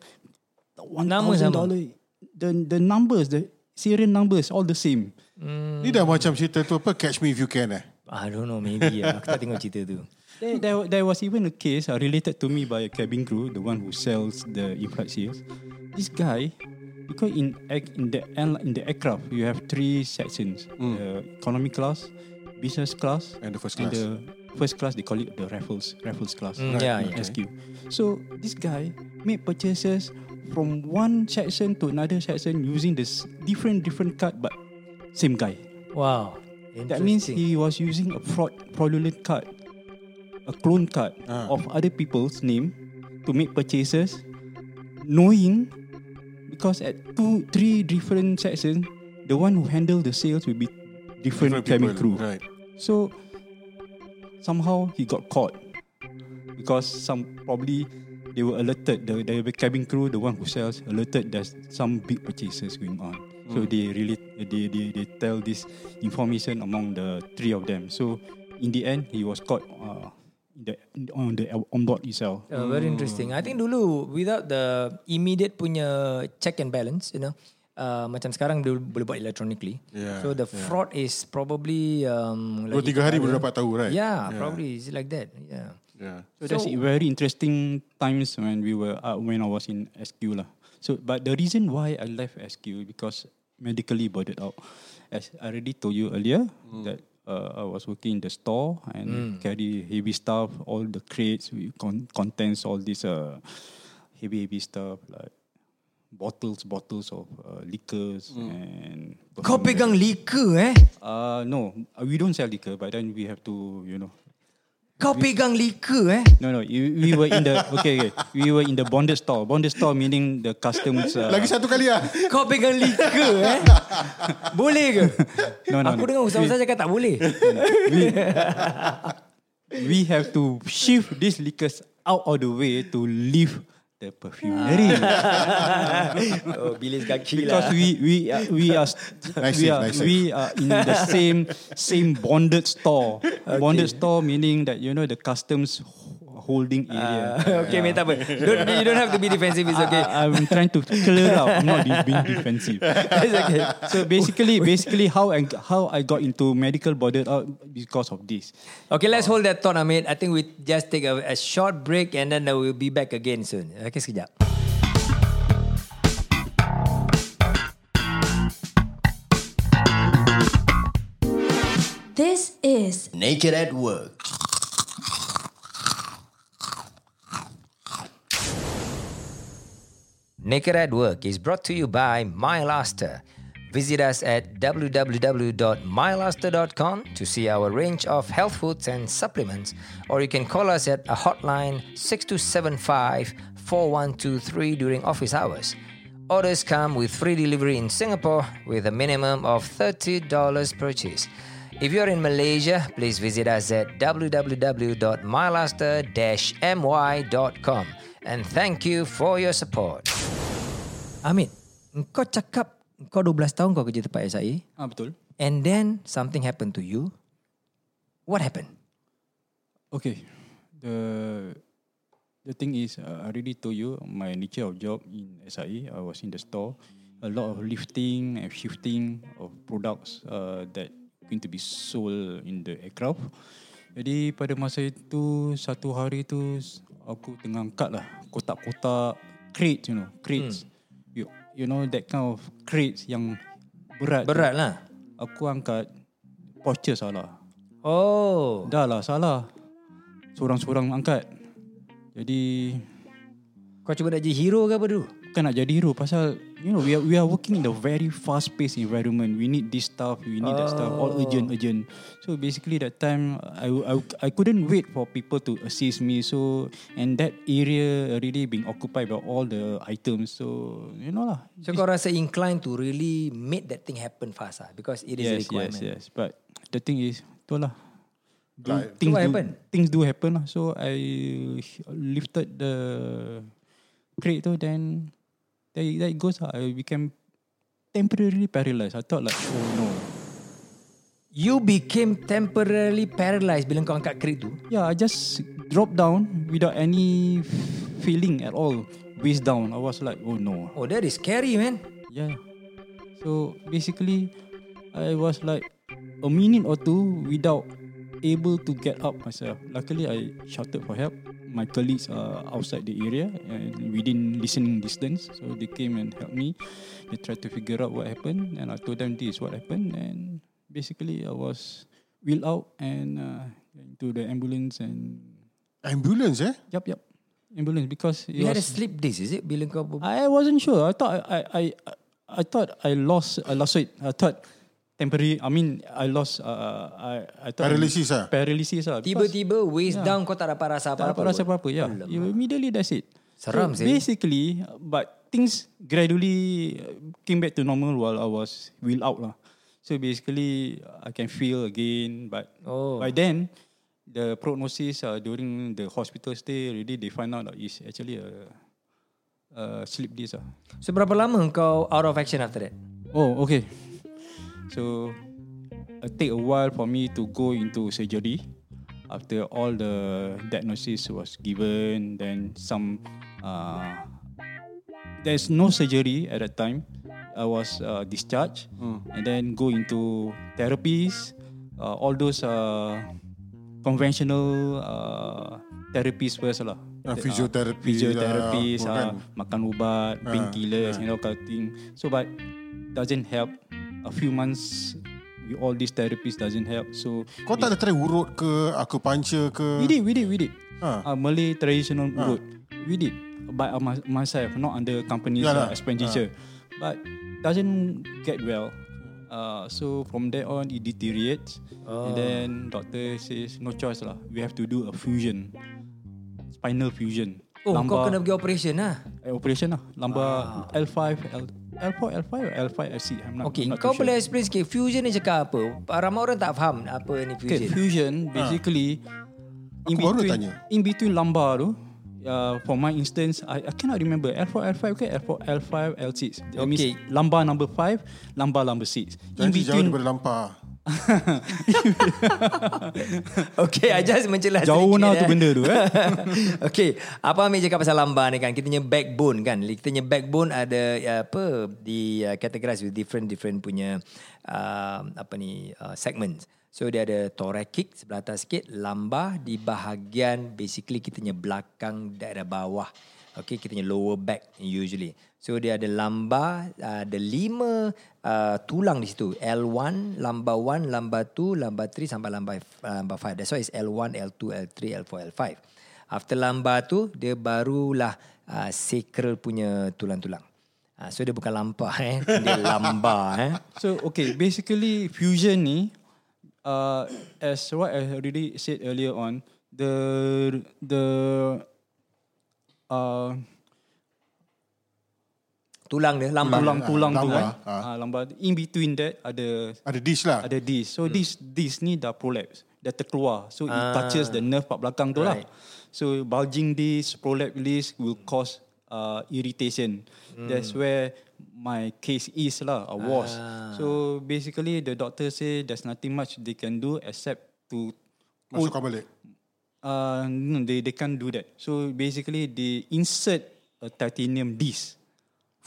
Speaker 4: $1,000.
Speaker 2: Number sama.
Speaker 4: The, the numbers, the serial numbers, all the same.
Speaker 3: Ni dah macam cerita tu apa Catch Me If You Can eh.
Speaker 2: I don't know maybe lah. Aku tak tengok cerita tu.
Speaker 4: There, there, there was even a case uh, related to me by a cabin crew, the one who sells the in-flight seals. This guy, because in ac- in the airli- in the aircraft you have three sections: the economy class, business class,
Speaker 3: Mm. And the first
Speaker 4: and
Speaker 3: class.
Speaker 4: the first class. They call it the raffles raffles class.
Speaker 2: Mm, yeah, yeah.
Speaker 4: SQ. So this guy made purchases from one section to another section using this different different card, but same guy.
Speaker 2: Wow.
Speaker 4: That means
Speaker 2: Interesting.
Speaker 4: he was using a fraud, fraudulent card, a clone card of other people's name to make purchases, knowing because at two, three different sections, the one who handle the sales will be different, cabin crew.
Speaker 3: Right.
Speaker 4: So somehow he got caught because some probably they were alerted. The, the cabin crew, the one who sells, alerted there's some big purchases going on. So they really they, they they tell this information among the three of them. So in the end, he was caught uh, in the on the on board itself.
Speaker 2: Uh,
Speaker 3: Hmm.
Speaker 2: very interesting. I think dulu without the immediate punya check and balance, you know, uh, macam sekarang dia boleh buat electronically.
Speaker 3: Yeah,
Speaker 2: so the fraud is probably um,
Speaker 3: Dua
Speaker 2: like
Speaker 3: tiga hari baru dapat tahu right.
Speaker 2: Yeah, probably is it like that. Yeah.
Speaker 3: Yeah.
Speaker 4: So, that's very interesting times when we were uh, when I was in SQ lah. So but the reason why I left SQ because medically burdened out. As I already told you earlier that uh, I was working in the store and carry heavy stuff, all the crates, with con- contents, all this uh, heavy heavy stuff like bottles, bottles of uh, liquors and
Speaker 2: Kau pegang liquor eh?
Speaker 4: Uh, no, we don't sell liquor, but then we have to you know
Speaker 2: Kau pegang liquor eh?
Speaker 4: No, no. You, we were in the okay, okay. We were in the bonded store. Bonded store meaning the customs. Uh,
Speaker 3: Lagi satu kali lah.
Speaker 2: Kau pegang liquor eh? boleh ke?
Speaker 4: No, no,
Speaker 2: Aku
Speaker 4: no.
Speaker 2: dengar usaha-usaha cakap tak boleh.
Speaker 4: we have to shift these liquors out of the way to leave the perfumery
Speaker 3: Ah,
Speaker 2: oh, bilis kaki lah.
Speaker 4: because we we are, we are
Speaker 3: Nice
Speaker 4: we
Speaker 3: save,
Speaker 4: are
Speaker 3: nice save.
Speaker 4: we are in the same same bonded store. Bonded store meaning that you know the customs holding
Speaker 3: Ah.
Speaker 4: area.
Speaker 2: Uh, okay, mate, tak apa. Don't, you don't have to be defensive. It's okay.
Speaker 4: I, I'm trying to clear up. I'm not de- being defensive.
Speaker 2: It's okay.
Speaker 4: So basically, basically how I how I got into medical bordered out because of this.
Speaker 2: Okay, let's hold that thought, Amit. I think we just take a, a short break and then uh, we'll be back again soon. Okay, sekejap.
Speaker 1: This is
Speaker 5: Naked at Work.
Speaker 2: Naked at Work is brought to you by MyLaster. Visit us at www.mylaster.com to see our range of health foods and supplements, or you can call us at a hotline 6275 4123 during office hours. Orders come with free delivery in Singapore with a minimum of $30 purchase. If you're in Malaysia, please visit us at www.mylaster-my.com and thank you for your support. Amit, kau cakap kau 12 tahun kau kerja tempat SIA
Speaker 4: Ah betul.
Speaker 2: and then something happened to you. What happened?
Speaker 4: Okay, the the thing is, uh, I already told you my nature of job in SIE. I was in the store, a lot of lifting and shifting of products uh, that going to be sold in the aircraft. Jadi pada masa itu satu hari tu s- aku tengah angkat lah kotak-kotak crates, you know, crates. You, you know that kind of crates yang berat. tu.
Speaker 2: Berat lah.
Speaker 4: Aku angkat lah. pouches salah.
Speaker 2: Oh.
Speaker 4: Dah lah salah Sorang-sorang angkat Jadi
Speaker 2: Kau cuba nak jadi hero ke apa dulu?
Speaker 4: Bukan nak jadi hero Pasal You know we are, we are working in a very fast paced environment We need this stuff We need that stuff All urgent urgent So basically that time I, I, I couldn't wait for people to assist me So And that area Already being occupied by all the items So You know lah
Speaker 2: So kau rasa inclined to really make that thing happen fast lah because it is a
Speaker 4: Yes yes
Speaker 2: requirement.
Speaker 4: yes But The thing is tu lah. Do,
Speaker 3: Like-
Speaker 2: So
Speaker 4: things
Speaker 2: what
Speaker 4: do,
Speaker 2: happened?
Speaker 4: Things do happen lah. So I lifted the crate tu then that, that goes lah. I became temporarily paralyzed. I thought like, oh no.
Speaker 2: You became temporarily paralyzed bila kau angkat crate tu.
Speaker 4: Yeah, I just dropped down without any feeling at all. Waist down. I was like, oh no.
Speaker 2: Oh, that is scary, man.
Speaker 4: Yeah. So basically, I was like a minute or two without able to get up myself. Luckily, I shouted for help. My colleagues are outside the area and within listening distance, so they came and helped me. They tried to figure out what happened, and I told them this is what happened. And basically, I was wheeled out and uh, into the ambulance and
Speaker 3: Ambulance eh?
Speaker 4: yup, yup, ambulance because it
Speaker 2: You had
Speaker 4: was
Speaker 2: a sleep disc, is it? Bila kau ber-
Speaker 4: I wasn't sure. I thought I I I, I thought I lost I lost it. I thought temporary. I mean I lost. Uh, I I thought
Speaker 3: Paralysis ah?
Speaker 4: Paralysis ah. because
Speaker 2: tiba-tiba waist down kau tak dapat rasa
Speaker 4: tak
Speaker 2: apa-apa.
Speaker 4: dapat rasa
Speaker 2: pun?
Speaker 4: apa-apa. Yeah, you immediately that's it.
Speaker 2: Seram sih.
Speaker 4: Basically, but things gradually uh, came back to normal while I was wheel out lah. So basically, I can feel again, but
Speaker 2: Oh.
Speaker 4: by then. The prognosis uh, during the hospital stay already they find out that it's actually a, a sleep disk ah.
Speaker 2: So berapa lama kau out of action after that?
Speaker 4: Oh, okay. So it take a while for me to go into surgery after all the diagnosis was given. Then some. Uh, there's no surgery at that time. I was uh, discharged
Speaker 3: Hmm.
Speaker 4: and then go into therapies. Uh, all those uh, conventional uh, therapies first lah. Uh,
Speaker 3: Ah, physiotherapy
Speaker 4: physiotherapies,
Speaker 3: lah,
Speaker 4: uh,
Speaker 3: kan?
Speaker 4: makan ubat, painkillers, you know, kind of thing. So, but doesn't help. A few months, with all these therapies doesn't help. So,
Speaker 3: Kau tak ada try urut ke, aku puncher
Speaker 4: we
Speaker 3: ke?
Speaker 4: did, we did, we did.
Speaker 3: Ah.
Speaker 4: Uh, Malay traditional road, we did. By uh, my- myself, not under company's
Speaker 3: Yeah lah.
Speaker 4: uh, expenditure, but doesn't get well. Uh, so from there on, it deteriorates, and then doctor says no choice lah. We have to do a fusion, spinal fusion.
Speaker 2: Oh, kau
Speaker 4: Lumbar-
Speaker 2: kena pergi operation lah.
Speaker 4: Eh, operation lah. Lumbar L5, L, L4, L5 or L5 FC. I'm not,
Speaker 2: Okay,
Speaker 4: I'm not
Speaker 2: kau
Speaker 4: too sure.
Speaker 2: boleh explain sikit fusion ni cakap apa? Ramai orang tak faham apa ni
Speaker 4: Okay,
Speaker 2: fusion.
Speaker 4: fusion basically in
Speaker 3: Aku baru
Speaker 4: between
Speaker 3: tanya.
Speaker 4: in between lumbar tu uh, for my instance I, I cannot remember L4 L5 okay L4 L5 L6 that means
Speaker 2: Okay.
Speaker 4: lumbar number 5 lumbar number 6 in
Speaker 3: Nanti jauh
Speaker 4: between
Speaker 3: daripada lampar.
Speaker 2: Okay, I just mencelah
Speaker 4: jauh
Speaker 2: sedikit,
Speaker 4: lah tu
Speaker 2: eh.
Speaker 4: benda tu eh
Speaker 2: okay, apa Amir cakap pasal lambar ni kan? Kita punya backbone kan. Kita punya backbone ada uh, apa di uh, categorize with different different punya uh, apa ni uh, segments. So dia ada thoracic sebelah atas sikit, lambar di bahagian basically kita punya belakang daerah bawah. Okay, kita punya lower back usually. So dia ada lambar, uh, ada lima uh, tulang di situ. L1, lambar 1, lambar 2, lambar 3 sampai lambar uh, lambar 5. That's why it's L1, L2, L3, L4, L5. After lambar tu dia barulah uh, sacral punya tulang-tulang. Uh, so dia bukan lampa eh, dia lambar eh.
Speaker 4: So okay, basically fusion ni, uh, as what I already said earlier on, the the uh,
Speaker 2: Tulang dia lambar.
Speaker 4: tulang-tulang tu
Speaker 3: Lambar,
Speaker 4: kan, uh, lambar. In between that ada
Speaker 3: Ada dish lah.
Speaker 4: ada this. So this this ni dah prolapse, dah terkeluar. So it touches the nerve part belakang tu lah. So bulging this prolapse disc will cause uh, irritation. That's where my case is lah, or was. So basically the doctor say there's nothing much they can do except to
Speaker 3: Masukkan balik.
Speaker 4: uh, no, they they can't do that. So basically they insert a titanium disc.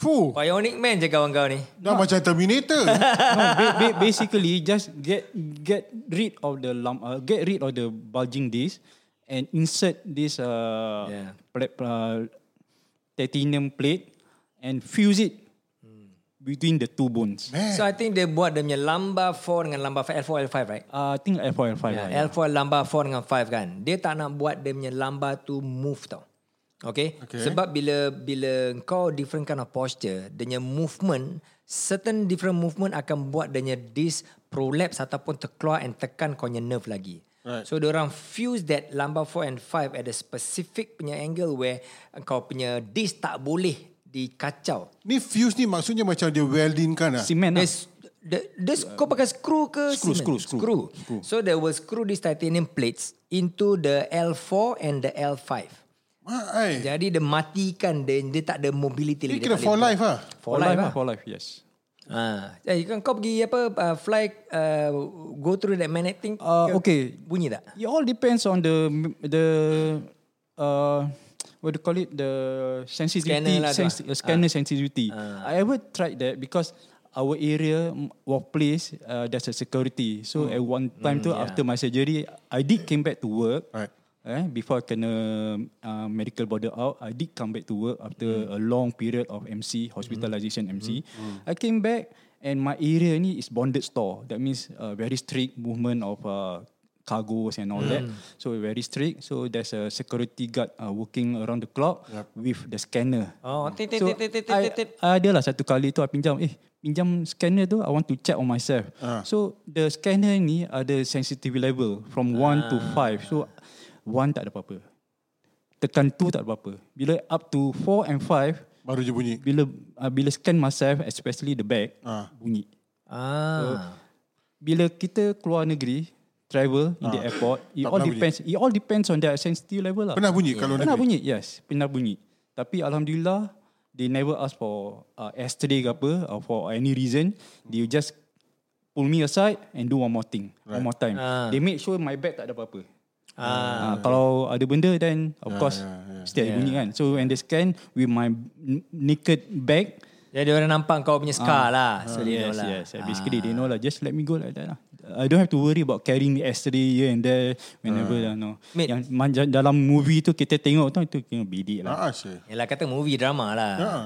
Speaker 3: Fuh,
Speaker 2: Bionic man je kawan kau ni.
Speaker 3: dah macam Terminator.
Speaker 4: no, ba- ba- basically just get get rid of the lump, uh, get rid of the bulging disc and insert this uh,
Speaker 2: Yeah.
Speaker 4: pla- uh, titanium plate and fuse it between the two bones.
Speaker 3: Man,
Speaker 2: So I think dia buat dia punya lambar 4 dengan lambar 5, L4, L5 right?
Speaker 4: Uh, I think L4 L5. lah, yeah.
Speaker 2: L4 lambar 4 dengan 5 kan. Dia tak nak buat dia punya lambar tu move tau. Okay?
Speaker 3: Okay.
Speaker 2: Sebab bila bila kau different kind of posture, dia punya movement, certain different movement akan buat dia punya disc prolapse ataupun terkeluar and tekan kau punya nerve lagi. Right. So orang fuse that lumbar 4 and 5 at a specific punya angle where kau punya disc tak boleh dikacau.
Speaker 3: ni fuse ni maksudnya macam dia welding kan lah.
Speaker 4: Cement ah. lah.
Speaker 2: There's The, the kau pakai screw ke
Speaker 4: Screw,
Speaker 2: cement?
Speaker 4: screw, screw.
Speaker 2: screw. So they will screw these titanium plates into the L4 and the L5.
Speaker 3: Mak, ai.
Speaker 4: Ya.
Speaker 2: Jadi dia matikan dia, dia tak ada mobility
Speaker 3: Ni
Speaker 2: lagi. dia
Speaker 3: kira
Speaker 2: tak
Speaker 3: for
Speaker 2: boleh-
Speaker 3: life lah.
Speaker 2: For life ah. lah.
Speaker 4: For life, yes.
Speaker 2: Ha. Eh, kan kau pergi apa uh, fly uh, go through that magnet thing?
Speaker 4: Uh,
Speaker 2: ke-
Speaker 4: okay.
Speaker 2: Bunyi tak?
Speaker 4: It all depends on the the uh, what do you call it the sensitivity
Speaker 2: Scanner lah tu
Speaker 4: sensi-
Speaker 2: ah.
Speaker 4: scanner sensitivity. I ever tried that because our area mm, workplace uh, there's a security. So
Speaker 2: Hmm.
Speaker 4: at one time too after my surgery, I did came back to work.
Speaker 3: Right.
Speaker 4: Eh, before I kena uh, medical border out, I did come back to work after
Speaker 2: Hmm.
Speaker 4: a long period of MC, hospitalization MC. I came back and my area ni is bonded store. That means uh, very strict movement of uh, cargoes and all that.
Speaker 2: Hmm.
Speaker 4: So very strict. So there's a security guard uh, working around the clock with the scanner.
Speaker 2: Oh, tit, tit,
Speaker 4: So
Speaker 2: tit, tit, tit,
Speaker 4: I,
Speaker 2: tit, tit.
Speaker 4: I ada lah satu kali tu I pinjam Eh pinjam scanner tu I want to check on myself
Speaker 3: Ah.
Speaker 4: uh. So the scanner ni Ada sensitivity level From 1 to
Speaker 2: Ah.
Speaker 4: 5 So 1 tak ada apa-apa Tekan 2 tak ada apa-apa Bila up to 4 and 5
Speaker 3: Baru je bunyi.
Speaker 4: Bila uh, bila scan myself Especially the back
Speaker 3: Ah.
Speaker 4: Bunyi
Speaker 2: Ah.
Speaker 4: Bila kita keluar negeri Travel in the airport It
Speaker 3: Ah. Tak
Speaker 4: all
Speaker 3: pernah bunyi.
Speaker 4: depends It all depends on their sensitivity level lah
Speaker 3: Pernah bunyi kalau
Speaker 4: Pernah
Speaker 3: negeri?
Speaker 4: bunyi, yes. Pernah bunyi. Tapi Alhamdulillah, they never ask for uh, ashtray ke apa, or for any reason. They just pull me aside and do one more thing. One more time.
Speaker 2: Ah.
Speaker 4: They make sure my bag tak ada apa-apa.
Speaker 2: Ah.
Speaker 4: Ah, kalau ada benda then of course still ada bunyi kan. So when they scan with my n- naked bag,
Speaker 2: Jadi orang nampak kau punya scar lah. So they know
Speaker 4: yes,
Speaker 2: lah.
Speaker 4: yes. Basically they know lah. Just let me go like that lah. I don't have to worry about carrying the ashtray here and there whenever lah. No.
Speaker 2: Mate.
Speaker 4: Yang manja, dalam movie tu kita tengok tu itu kena bidik lah.
Speaker 3: Ah, ah, sih.
Speaker 2: Yalah kata movie drama lah.
Speaker 3: Ah.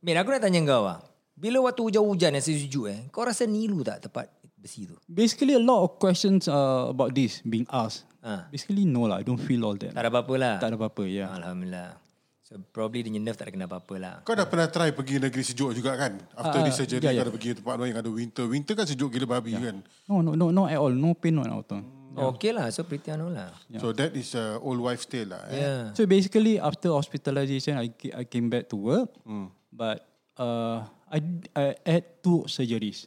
Speaker 2: Min, aku nak tanya kau lah. Bila waktu hujan-hujan yang sejuk eh, kau rasa nilu tak tempat besi tu?
Speaker 4: Basically, a lot of questions uh, about this being asked.
Speaker 2: Ah.
Speaker 4: Basically, no lah. I don't feel all that.
Speaker 2: Tak ada apa-apa lah.
Speaker 4: Tak ada apa-apa, yeah.
Speaker 2: Alhamdulillah. So probably dia nerve tak ada kena apa-apa lah.
Speaker 3: Kau dah pernah try pergi negeri sejuk juga kan? After this surgery
Speaker 4: ya, ya.
Speaker 3: kau dah pergi tempat lain yang ada winter. Winter kan sejuk gila babi kan?
Speaker 4: No, no, no, no at all. No pain, no at all.
Speaker 2: Oh, okay lah. So pretty anu lah.
Speaker 4: ya.
Speaker 3: So that is a old wife tale lah. Eh?
Speaker 2: Yeah.
Speaker 4: So basically, after hospitalization, I, ca- I came back to work.
Speaker 2: Hmm.
Speaker 4: But uh, I, d- I had two surgeries.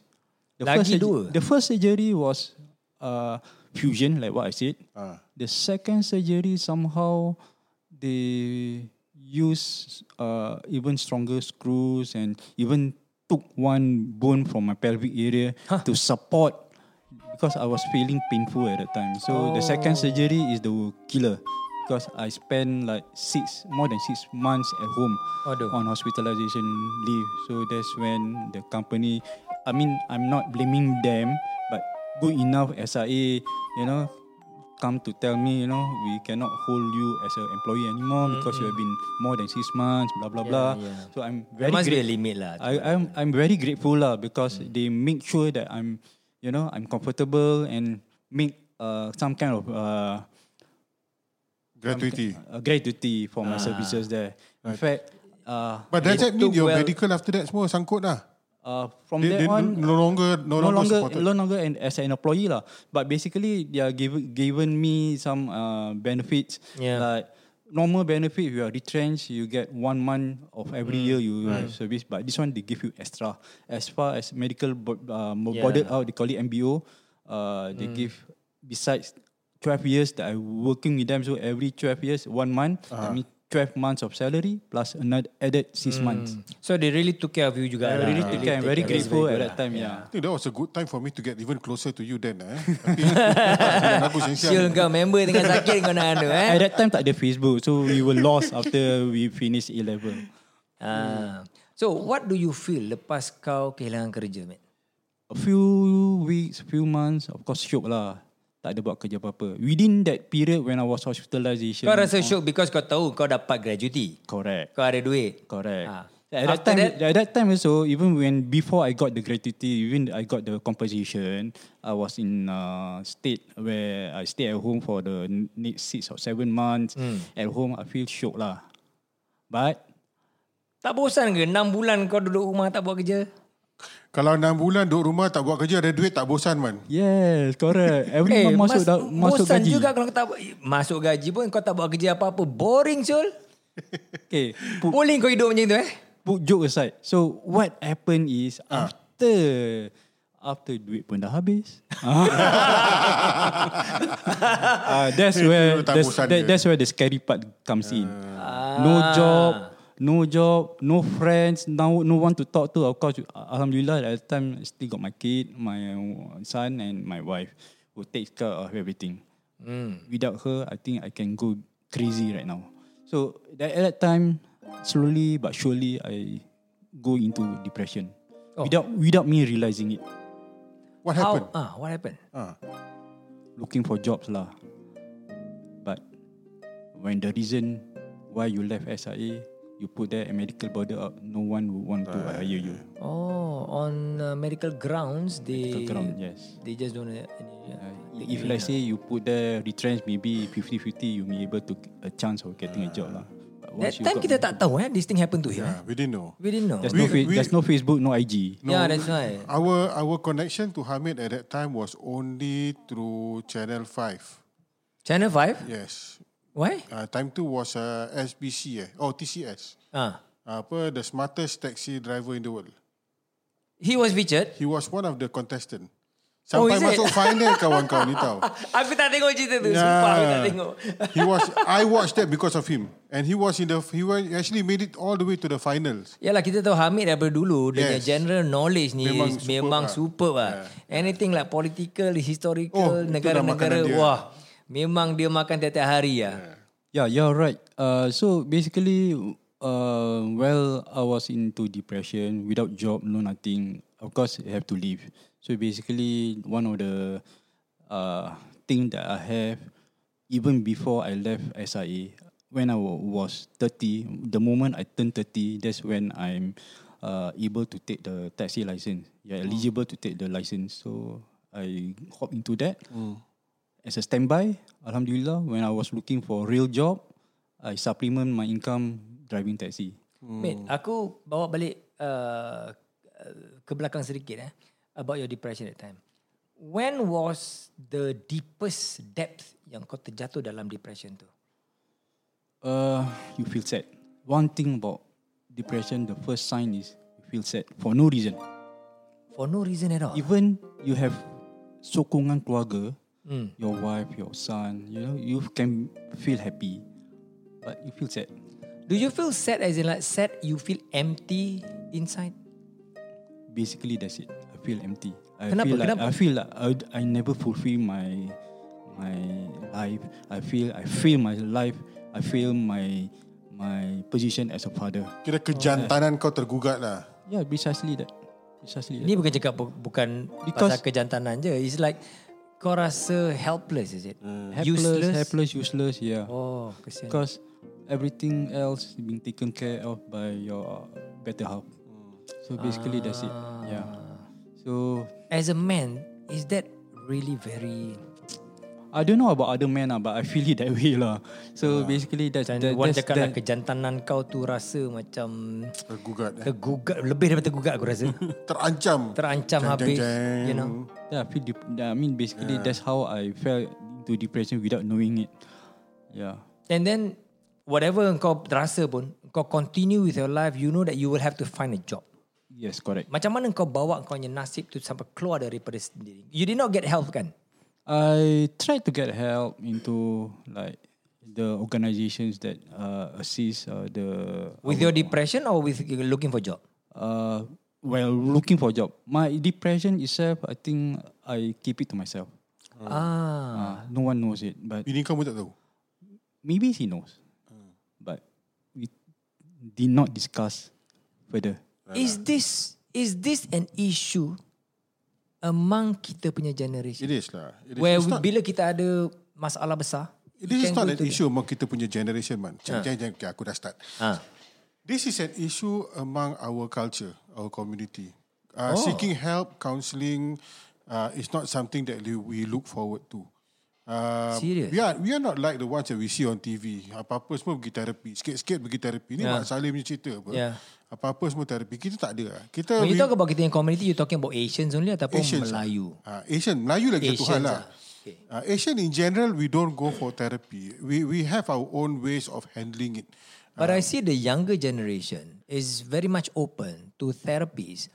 Speaker 4: The
Speaker 2: Lagi
Speaker 4: first surg-
Speaker 2: dua?
Speaker 4: The first surgery was uh, fusion, like what I said.
Speaker 3: Ah.
Speaker 4: The second surgery somehow they use uh, even stronger screws and even took one bone from my pelvic area to support because I was feeling painful at that time. So the second surgery is the killer because I spent like six more than six months at home
Speaker 2: Aduh.
Speaker 4: on hospitalization leave. So that's when the company, I mean, I'm not blaming them, but good enough SIA, you know, come to tell me, you know, we cannot hold you as an employee anymore because you have been more than six months, blah blah blah.
Speaker 2: yeah.
Speaker 4: So I'm
Speaker 2: There
Speaker 4: very Ah.
Speaker 2: must be a
Speaker 4: grateful.
Speaker 2: limit Mm. lah.
Speaker 4: I, I'm I'm very grateful lah because they make sure that I'm, you know, I'm comfortable and make uh, some kind of uh,
Speaker 3: Gratuity.
Speaker 4: uh, gratuity for
Speaker 2: Ah.
Speaker 4: my services there. In fact, uh,
Speaker 3: But does
Speaker 2: It
Speaker 3: that mean
Speaker 2: took
Speaker 3: your
Speaker 2: well-
Speaker 3: medical after that semua sangkut lah?
Speaker 4: uh, from
Speaker 3: They,
Speaker 4: that
Speaker 3: they
Speaker 4: on,
Speaker 3: no longer no,
Speaker 4: no
Speaker 3: longer,
Speaker 4: longer
Speaker 3: supported.
Speaker 4: no longer an, as an employee lah. But basically, they are given given me some uh, benefits
Speaker 2: Yeah.
Speaker 4: like normal benefit. You are retrenched, you get one month of every
Speaker 2: Mm.
Speaker 4: year you service. But this one they give you extra. As far as medical bo- uh, mo-
Speaker 2: Yeah. Mm.
Speaker 4: boarded out, they call it MBO. Uh, they give besides twelve years that I working with them. So every twelve years, one month. I
Speaker 2: Uh-huh.
Speaker 4: mean twelve months of salary plus another added
Speaker 2: Mm.
Speaker 4: six months.
Speaker 2: So they really took care of you juga.
Speaker 4: I
Speaker 2: lah.
Speaker 4: really took care. I'm Uh, kan, very
Speaker 2: take care. That's
Speaker 4: grateful
Speaker 2: very
Speaker 4: eh.
Speaker 2: good
Speaker 4: at that
Speaker 2: lah.
Speaker 4: time. yeah.
Speaker 3: I think that was a good time for me to get even closer to you then eh. Tapi sebelum aku
Speaker 2: Sial
Speaker 3: siang-siang.
Speaker 2: kau member tengah sakit kau nak anu eh.
Speaker 4: At that time tak ada Facebook So we were lost After we finish A level
Speaker 2: Ah. So what do you feel lepas kau kehilangan kerja, mate?
Speaker 4: A few weeks Few months Of course shock lah Tak ada buat kerja apa-apa Within that period When I was hospitalization
Speaker 2: Kau rasa syok because kau tahu kau dapat gratuity.
Speaker 4: Correct
Speaker 2: Kau ada duit.
Speaker 4: Correct
Speaker 2: Ah.
Speaker 4: At that
Speaker 2: After
Speaker 4: time
Speaker 2: that-
Speaker 4: At that time also Even when Before I got the gratuity Even I got the composition I was in uh, state Where I stay at home For the next Six or seven months At home I feel shock lah But
Speaker 2: Tak bosan ke 6 bulan kau duduk rumah tak buat kerja?
Speaker 3: Kalau 6 bulan duduk rumah tak buat kerja ada duit tak bosan man.
Speaker 4: Yes, correct. Every month masuk da- masuk
Speaker 2: bosan
Speaker 4: gaji.
Speaker 2: Eh, juga kalau kau tak buat- Eh, masuk gaji pun kau tak buat kerja apa-apa. Boring, Syul.
Speaker 4: Okay, put,
Speaker 2: Boleh kau hidup macam tu eh?
Speaker 4: put joke aside. So what happened is after After duit pun dah habis. uh, that's where
Speaker 3: Itu
Speaker 4: that's,
Speaker 3: tanggusan
Speaker 4: that,
Speaker 3: dia.
Speaker 4: that's where the scary part comes in. No job, no job, no friends, no no one to talk to. Of course, alhamdulillah at the time I still got my kid, my son and my wife who takes care of everything. Without her, I think I can go crazy right now. So that, at that time, slowly but surely, I go into depression
Speaker 2: Oh.
Speaker 4: without without me realizing it.
Speaker 3: What
Speaker 2: How?
Speaker 3: happened?
Speaker 2: Ah, what happened?
Speaker 3: Ah.
Speaker 4: looking for jobs lah. But when the reason why you left SIA, you put there a medical border up, no one would want to hire you.
Speaker 2: Oh, on uh, medical grounds, they
Speaker 4: Medical ground, yes.
Speaker 2: they just don't. Uh, any, uh,
Speaker 4: Like, If let's say you put there retrench, maybe 50-50, you may able to a chance of getting a job lah.
Speaker 2: that
Speaker 4: But once you
Speaker 2: time
Speaker 4: got-
Speaker 2: kita tak tahu eh, this thing happened to him. Yeah.
Speaker 3: Yeah, Ah, we didn't know.
Speaker 2: We didn't know.
Speaker 4: there's
Speaker 2: no,
Speaker 3: we-
Speaker 4: no fa-
Speaker 3: we-
Speaker 4: there's no Facebook, no IG.
Speaker 2: yeah, that's why.
Speaker 3: Our our connection to Hamid at that time was only through Channel 5.
Speaker 2: Channel 5?
Speaker 3: Yes.
Speaker 2: Why?
Speaker 3: Uh, time two was uh, SBC eh? Oh, TCS.
Speaker 2: Ah,
Speaker 3: Uh, apa, the smartest taxi driver in the world.
Speaker 2: He was featured.
Speaker 3: He was one of the contestant.
Speaker 2: Oh, is
Speaker 3: Sampai
Speaker 2: it?
Speaker 3: masuk final kawan-kawan ni tau.
Speaker 2: Aku tak tengok cerita tu.
Speaker 3: Yeah.
Speaker 2: Sumpah aku tak tengok.
Speaker 3: He was I watched that because of him. And he was in the he was actually made it all the way to the finals.
Speaker 2: Yalah kita tahu Hamid daripada dulu yes. dia punya
Speaker 3: Yes.
Speaker 2: general knowledge ni memang
Speaker 3: Memang
Speaker 2: superb,
Speaker 3: superb
Speaker 2: memang
Speaker 3: lah.
Speaker 2: superb lah. Yeah. Anything like political, historical,
Speaker 3: Oh,
Speaker 2: oh,
Speaker 3: itu dah
Speaker 2: negara-negara
Speaker 3: makanan dia.
Speaker 2: wah memang dia makan tiap-tiap hari lah. Yeah.
Speaker 4: Yeah, you're right. Uh, so basically, uh, well, I was into depression without job, no nothing. Of course, I have to leave. So basically, one of the uh, thing that I have, even before I left SIA, when I wa- was 30, the moment I turned 30, that's when I'm uh, able to take the taxi license. You're eligible to take the license. So I hop into that as a standby, Alhamdulillah, when I was looking for a real job, I supplement my income driving taxi.
Speaker 2: Hmm. Mate, aku bawa balik uh, uh, ke belakang sedikit eh about your depression that time. When was the deepest depth yang kau terjatuh dalam depression tu?
Speaker 4: Uh, you feel sad. One thing about depression, the first sign is you feel sad for no reason.
Speaker 2: For no reason at all.
Speaker 4: Even you have sokongan keluarga, your wife, your son, you know, you can feel happy, but you feel sad.
Speaker 2: Do you feel sad as in like sad you feel empty inside?
Speaker 4: Basically, that's it. I feel empty. I
Speaker 2: Kenapa?
Speaker 4: feel like
Speaker 2: Kenapa?
Speaker 4: I feel like I, I never fulfill my my life. I feel I fail my life. I fail my my position as a father.
Speaker 3: Kira kejantanan kau tergugat lah.
Speaker 4: Yeah, precisely that. Precisely
Speaker 2: Ni
Speaker 4: that.
Speaker 2: bukan cakap bu- bukan Because
Speaker 4: Because-
Speaker 2: pasal kejantanan je. It's like kau rasa helpless is it?
Speaker 4: Helpless, helpless, Hmm. useless. Yeah,
Speaker 2: Oh, kesian.
Speaker 4: because everything else being taken care of by your better half. So basically, that's it.
Speaker 2: Ah.
Speaker 4: Yeah. So
Speaker 2: As a man, is that really very
Speaker 4: I don't know about other men lah, but I feel it that way lah. So basically, that's
Speaker 2: Dan
Speaker 4: that,
Speaker 2: Wan Ah.
Speaker 4: that's
Speaker 2: cakap lah
Speaker 4: that.
Speaker 2: kejantanan kau tu rasa macam
Speaker 3: Tergugat. Eh.
Speaker 2: tergugat lebih daripada tergugat aku rasa.
Speaker 3: Terancam.
Speaker 2: Terancam
Speaker 3: Jeng,
Speaker 2: habis,
Speaker 3: jeng, jeng.
Speaker 2: you know.
Speaker 4: Yeah, I feel. Dep- I mean, basically, that's how I fell into depression without knowing it. Yeah.
Speaker 2: And then whatever kau rasa pun, kau continue with your life, you know that you will have to find a job.
Speaker 4: Yes, correct.
Speaker 2: Macam mana kau bawa kau punya nasib tu sampai keluar daripada sendiri? You did not get help kan?
Speaker 4: I tried to get help into like the organizations that uh, assist uh, the
Speaker 2: With your depression or with looking for job?
Speaker 4: uh, well looking for a job. My depression itself, I think I keep it to myself.
Speaker 2: Ah.
Speaker 4: Uh, no one knows it, but
Speaker 3: Bini kamu tak tahu?
Speaker 4: maybe he knows. But we did not discuss further.
Speaker 2: Is this is this an issue among kita punya generation?
Speaker 3: It is lah. It is,
Speaker 2: Where
Speaker 3: it's not,
Speaker 2: bila kita ada masalah besar,
Speaker 3: this is not an issue among kita punya generation man. Jeng, jeng, jeng. Okay, aku dah start.
Speaker 2: Ah.
Speaker 3: This is an issue among our culture, our community.
Speaker 2: Oh.
Speaker 3: Uh, Seeking help, counselling, uh, is not something that we- we look forward to. Uh,
Speaker 2: Serious?
Speaker 3: We are, we are not like the ones that we see on TV. Apa-apa semua pergi terapi. Sikit-sikit pergi terapi. Ni
Speaker 2: Yeah.
Speaker 3: Mak Salim punya cerita apa.
Speaker 2: Yeah.
Speaker 3: Apa-apa semua terapi. Kita tak ada lah. Kita
Speaker 2: When you
Speaker 3: we-
Speaker 2: talk about Ya. kita yang community, you talking about Asians only ataupun
Speaker 3: Asians.
Speaker 2: Melayu?
Speaker 3: Ah, Asian, Melayu lagi satu hal
Speaker 2: Asians
Speaker 3: lah.
Speaker 2: ah. Okay.
Speaker 3: Ah, Asian in general, we don't go for therapy. We we have our own ways of handling it.
Speaker 2: But I see the younger generation is very much open to therapies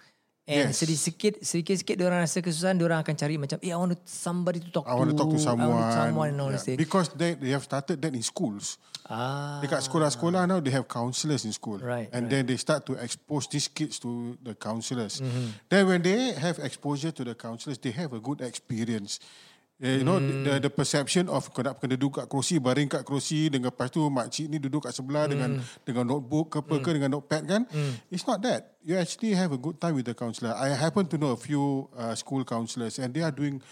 Speaker 2: And
Speaker 3: Yes.
Speaker 2: sedikit sedikit-sedikit diorang rasa kesusahan, diorang akan cari macam, eh I want to somebody to talk
Speaker 3: I want to talk to
Speaker 2: I
Speaker 3: someone.
Speaker 2: want to someone and all
Speaker 3: Yeah.
Speaker 2: this thing.
Speaker 3: Because they, they have started that in schools.
Speaker 2: Ah,
Speaker 3: Dekat sekolah-sekolah now they have counselors in school.
Speaker 2: Right,
Speaker 3: And then they start to expose these kids to the counselors.
Speaker 2: Mm-hmm.
Speaker 3: Then when they have exposure to the counselors, they have a good experience. Eh, you know the the perception of kena kena duduk kat kerusi baring kat kerusi dengan lepas tu makcik ni duduk kat sebelah dengan
Speaker 2: Mm.
Speaker 3: dengan notebook ke apa ke dengan notepad kan it's not that you actually have a good time with the counselor i happen to know a few uh, school counselors and they are doing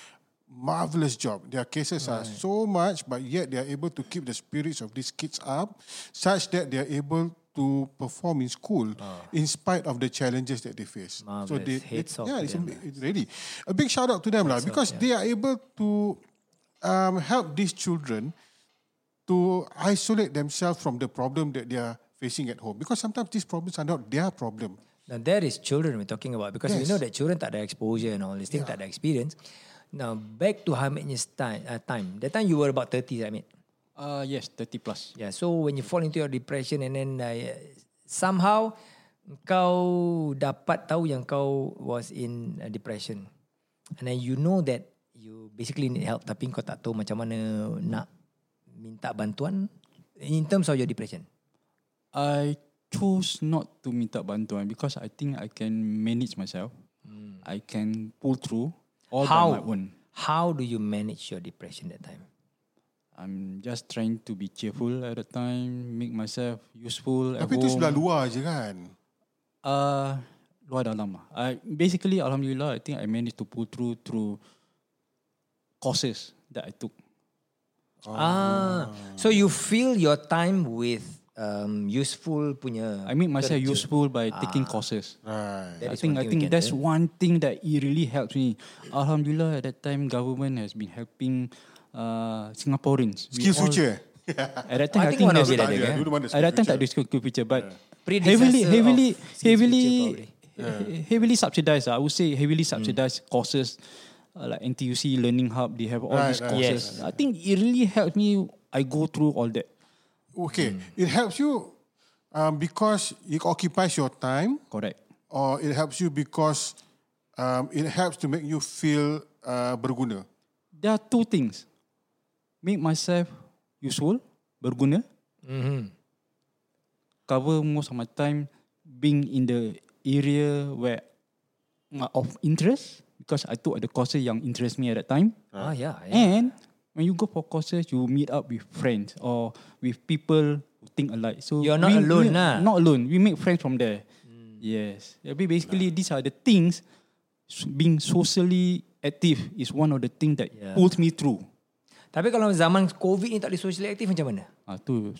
Speaker 3: marvelous job. Their cases are so much, but yet they are able to keep the spirits of these kids up, such that they are able to perform in school
Speaker 4: Ah.
Speaker 3: in spite of the challenges that they face.
Speaker 2: Marvellous. Hats off
Speaker 3: yeah,
Speaker 2: to
Speaker 3: it's, a,
Speaker 2: them,
Speaker 3: it's really a big shout out to them, lah, because they are able to um, help these children to isolate themselves from the problem that they are facing at home. Because sometimes these problems are not their problem.
Speaker 2: Now that is children we're talking about because we
Speaker 3: Yes.
Speaker 2: know that children tak ada exposure and all this thing, tak ada experience. Now back to Hamid's time, uh, time. That time you were about 30, Hamid.
Speaker 4: Uh, yes, 30 plus.
Speaker 2: Yeah, so when you fall into your depression and then uh, somehow kau dapat tahu yang kau was in a depression. And then you know that you basically need help tapi kau tak tahu macam mana nak minta bantuan in terms of your depression.
Speaker 4: I chose not to minta bantuan because I think I can manage myself. I can pull through all
Speaker 2: How?
Speaker 4: by my own.
Speaker 2: How do you manage your depression that time?
Speaker 4: I'm just trying to be cheerful at the time, make myself useful at
Speaker 3: Tapi itu
Speaker 4: home.
Speaker 3: sebelah luar je kan.
Speaker 4: Uh, luar dalam lah. I, basically, Alhamdulillah, I think I managed to pull through through courses that I took.
Speaker 2: Ah, so you fill your time with um, useful punya.
Speaker 4: I made myself useful by taking courses.
Speaker 3: Right.
Speaker 2: That
Speaker 4: I
Speaker 2: is one
Speaker 4: think I
Speaker 2: thing we can
Speaker 4: think that's
Speaker 2: do.
Speaker 4: one thing that it really helps me. Alhamdulillah, at that time, government has been helping uh, Singaporeans. We
Speaker 3: Skill
Speaker 4: all-
Speaker 3: future.
Speaker 4: At that
Speaker 2: I
Speaker 4: time, I,
Speaker 2: think
Speaker 4: think
Speaker 2: one of
Speaker 4: there's-
Speaker 2: it ada, kan?
Speaker 3: Dulu mana
Speaker 4: At that time, tak
Speaker 3: skill
Speaker 4: ada skill picture, but heavily,
Speaker 2: Predecessor
Speaker 4: heavily,
Speaker 2: of skill
Speaker 4: heavily,
Speaker 2: picture
Speaker 4: he- heavily subsidized. I would say heavily subsidized courses uh, like NTUC Learning Hub. They have all
Speaker 3: Right,
Speaker 4: these
Speaker 3: right,
Speaker 4: courses. I think it really helped me. I go through all that.
Speaker 3: Okay,
Speaker 2: Hmm.
Speaker 3: it helps you um, because it occupies your time,
Speaker 4: Correct.
Speaker 3: or it helps you because um, it helps to make you feel uh, berguna.
Speaker 4: There are two things: make myself useful, berguna, cover most of my time being in the area where my- of interest because I took the courses yang interest me at that time.
Speaker 2: Ah, yeah. yeah.
Speaker 4: And when you go for courses, you meet up with friends or with people who think alike. So
Speaker 2: You're not
Speaker 4: we-
Speaker 2: alone
Speaker 4: we-
Speaker 2: lah. Mm.
Speaker 4: Not alone. We make friends from there. Yes. Tapi basically, these are the things. s- Being socially active is one of the things that
Speaker 2: Yeah.
Speaker 4: pulls me through.
Speaker 2: Tapi kalau zaman COVID ni tak boleh socially active macam mana?
Speaker 4: Ah, tu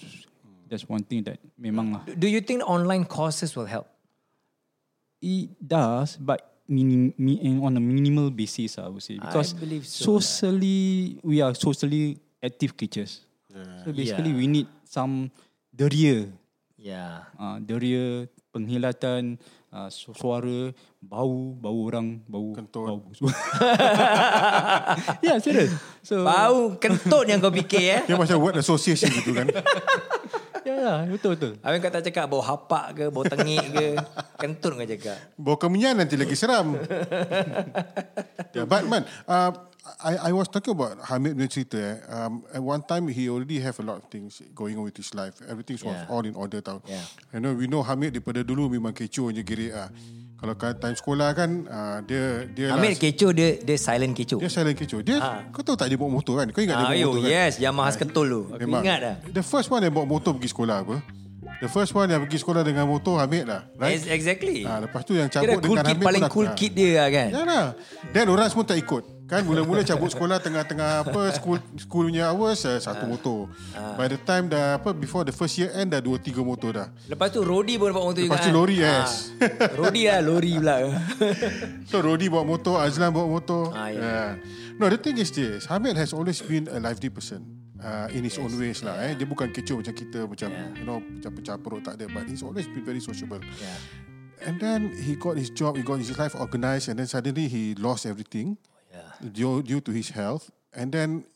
Speaker 4: that's one thing that memang lah.
Speaker 2: Do- Do you think online courses will help?
Speaker 4: It does, but minim, mi, and on a minimal basis, I would say, because
Speaker 2: believe so,
Speaker 4: socially we are socially active creatures. So basically,
Speaker 2: Yeah.
Speaker 4: we need some deria,
Speaker 3: Ya.
Speaker 2: Yeah.
Speaker 4: uh, deria penghilatan uh, su- suara, bau, bau orang, bau
Speaker 3: Kentut.
Speaker 4: bau. yeah, serious. So
Speaker 2: Bau kentut yang kau fikir eh.
Speaker 3: Dia macam word association gitu kan.
Speaker 4: yeah, yeah, ya, betul betul.
Speaker 2: Habis kau tak cakap bau hapak ke, bau tengik ke. Kentut kau cakap.
Speaker 3: Bawa kemenyan nanti lagi seram. yeah, but man, uh, I, I was talking about Hamid punya cerita. Eh. Um, at one time, he already have a lot of things going on with his life. Everything was
Speaker 2: Yeah.
Speaker 3: all in order tau.
Speaker 2: Yeah.
Speaker 3: You know, we know Hamid daripada dulu memang kecoh je gerik lah.
Speaker 2: Hmm.
Speaker 3: Kalau kat time sekolah kan, uh, dia... dia lah-
Speaker 2: Amir kecoh dia dia silent kecoh.
Speaker 3: Dia silent kecoh. Dia
Speaker 2: Ah.
Speaker 3: kau tahu tak dia bawa motor kan? Kau ingat dia bawa
Speaker 2: Ayo,
Speaker 3: motor kan?
Speaker 2: yes, Yamaha ketul tu. Ah, Aku ingat dah.
Speaker 3: The first one yang bawa motor pergi sekolah apa? The first one yang pergi sekolah dengan motor Hamid lah. Right?
Speaker 2: Yes, exactly.
Speaker 3: Ah, lepas tu yang
Speaker 2: Kira
Speaker 3: cabut
Speaker 2: cool
Speaker 3: dengan
Speaker 2: kid
Speaker 3: Hamid
Speaker 2: paling
Speaker 3: pun
Speaker 2: cool
Speaker 3: dah-
Speaker 2: kid dia lah kan.
Speaker 3: Ya lah. Dan orang semua tak ikut. Kan mula-mula cabut sekolah tengah-tengah apa school school punya hours uh, satu
Speaker 2: Ah.
Speaker 3: motor. By the time dah apa before the first year end dah dua tiga motor dah.
Speaker 2: Lepas tu Rodi pun dapat motor juga.
Speaker 3: Lepas tu
Speaker 2: kan?
Speaker 3: lori,
Speaker 2: Ah.
Speaker 3: yes. Ya,
Speaker 2: Rodi lah, lori pula.
Speaker 3: So Rodi bawa motor, Azlan bawa motor.
Speaker 2: Ah, ya.
Speaker 3: Yeah. No, the thing is this. Hamid has always been a lively person. Uh, in his yes. own ways lah eh. Dia bukan kecoh macam kita Macam yeah. you know Macam pecah perut tak ada But he's always been very sociable
Speaker 2: Yeah.
Speaker 3: And then he got his job, he got his life organized, and then suddenly he lost everything
Speaker 2: Yeah.
Speaker 3: due, due to his health. And then,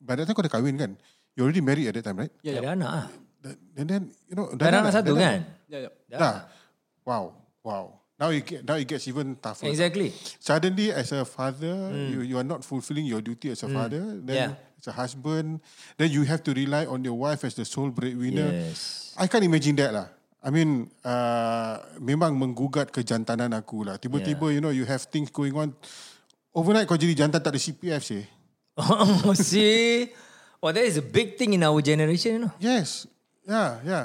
Speaker 3: by that time kau dah kahwin kan? You already married at that time, right?
Speaker 2: Ada anak lah.
Speaker 3: Th- And then, you know, lah, Ya,
Speaker 2: Ada anak satu kan?
Speaker 4: Yeah, yeah.
Speaker 3: Dah. Wow, wow. Now it get, now it gets even tougher.
Speaker 2: Exactly.
Speaker 3: Suddenly, as a father, you, you are not fulfilling your duty as a father. Then
Speaker 2: Hmm. Yeah.
Speaker 3: as a husband, then you have to rely on your wife as the sole breadwinner.
Speaker 2: Yes.
Speaker 3: I can't imagine that lah. I mean, uh, memang menggugat kejantanan aku lah. Tiba-tiba, you know, you have things going on. Overnight kau jadi jantan tak ada CPF sih.
Speaker 2: Oh, see? Oh, that is a big thing in our generation, you know.
Speaker 3: Yes. Yeah, yeah.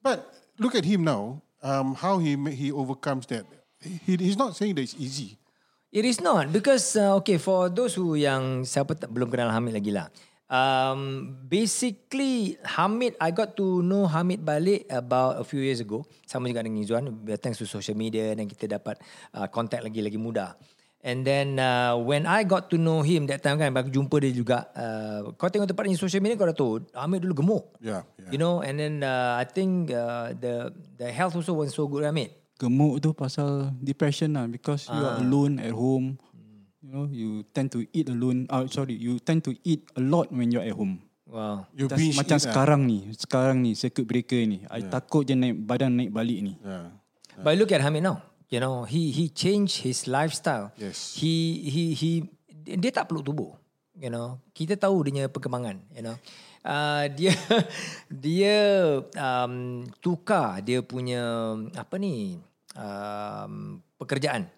Speaker 3: But look at him now. Um, how he ma- he overcomes that. He, he's not saying that it's easy.
Speaker 2: It is not because uh, okay for those who yang siapa tak, belum kenal Hamid lagi lah. Um, basically Hamid I got to know Hamid balik about a few years ago sama juga dengan Izzuan uh, thanks to social media dan kita dapat uh, contact lagi lagi mudah. And then uh, when I got to know him that time kan aku jumpa dia juga uh, kau tengok tempat ni social media kau dah tahu Hamid dulu gemuk.
Speaker 3: Yeah, yeah.
Speaker 2: You know and then uh, I think uh, the the health also wasn't so good Hamid.
Speaker 4: Gemuk tu pasal depression lah because you are alone at home. You know, you tend to eat alone. Ah, sorry, you tend to eat a lot when you're at home.
Speaker 2: Wow.
Speaker 3: You
Speaker 4: Tas,
Speaker 3: binge
Speaker 4: macam
Speaker 3: eat lah.
Speaker 4: sekarang ni, sekarang ni circuit breaker ni. I takut je naik badan naik balik ni.
Speaker 3: Yeah.
Speaker 2: But look at Hamid now. You know, he he changed his lifestyle.
Speaker 3: Yes.
Speaker 2: He he he dia tak peluk tubuh. You know, kita tahu dia punya perkembangan, you know. Uh, dia dia um, tukar dia punya apa ni um, pekerjaan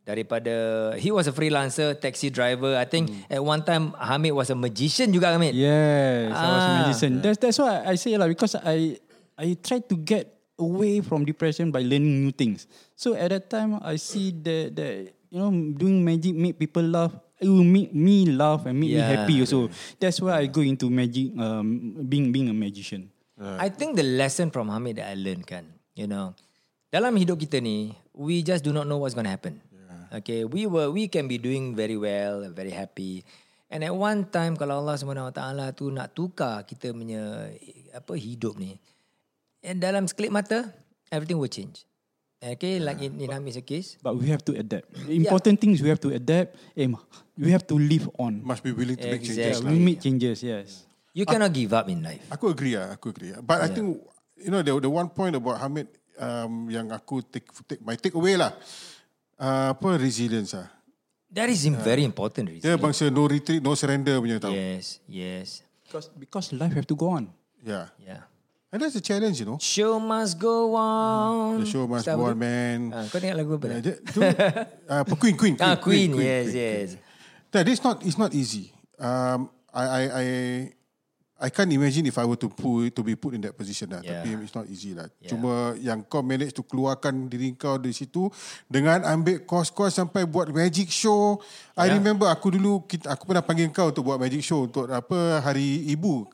Speaker 2: daripada he was a freelancer taxi driver I think mm. at one time Hamid was a magician juga Hamid
Speaker 4: Yes, I was a
Speaker 2: Ah.
Speaker 4: magician. That's that's why I say lah because I I try to get away from depression by learning new things. So at that time, I see that that you know doing magic make people laugh. It will make me laugh and make me
Speaker 2: Yeah.
Speaker 4: happy also. That's why I go into magic, um, being being a magician.
Speaker 2: I think the lesson from Hamid that I learned kan, you know, dalam hidup kita ni, we just do not know what's going to happen. Okay, we were we can be doing very well, very happy. And at one time kalau Allah Subhanahu Wa Taala tu nak tukar kita punya eh, apa hidup ni, and dalam sekelip mata everything will change. Okay, like in, in Hamid's case.
Speaker 4: But we have to adapt. Important things we have to adapt, and we have to live on.
Speaker 3: Must be willing to make changes.
Speaker 2: Exactly.
Speaker 4: We make changes. Yes.
Speaker 2: You cannot give up in life.
Speaker 3: Aku agree ah, aku agree. ah. But yeah. I think you know the the one point about Hamid um yang aku take take my take away lah. Uh, apa resilience ah.
Speaker 2: That is im- very important. Rizal.
Speaker 3: Dia bangsa no retreat, no surrender punya tau. Yeah.
Speaker 2: Yes, yes,
Speaker 4: Because because life have to go on.
Speaker 3: yeah.
Speaker 2: yeah.
Speaker 3: And that's the challenge, you know.
Speaker 2: Show must go on.
Speaker 3: The show must
Speaker 2: Tahu
Speaker 3: go
Speaker 2: tu?
Speaker 3: on, man.
Speaker 2: Ah, kau tengok lagu apa?
Speaker 3: Uh,
Speaker 2: dah?
Speaker 3: dia, tu, uh, apa, Queen, Queen, Queen,
Speaker 2: Ah, Queen, yes, yes.
Speaker 3: That it's not it's not easy. Um, I I I I can't imagine if I were to put to be put in that position lah.
Speaker 2: Yeah.
Speaker 3: Yeah. Tapi it's not easy lah. Yeah. Cuma yang kau manage to keluarkan diri kau dari situ dengan ambil kos-kos sampai buat magic show. I remember aku dulu kita, aku pernah panggil kau untuk buat magic show untuk apa hari ibu.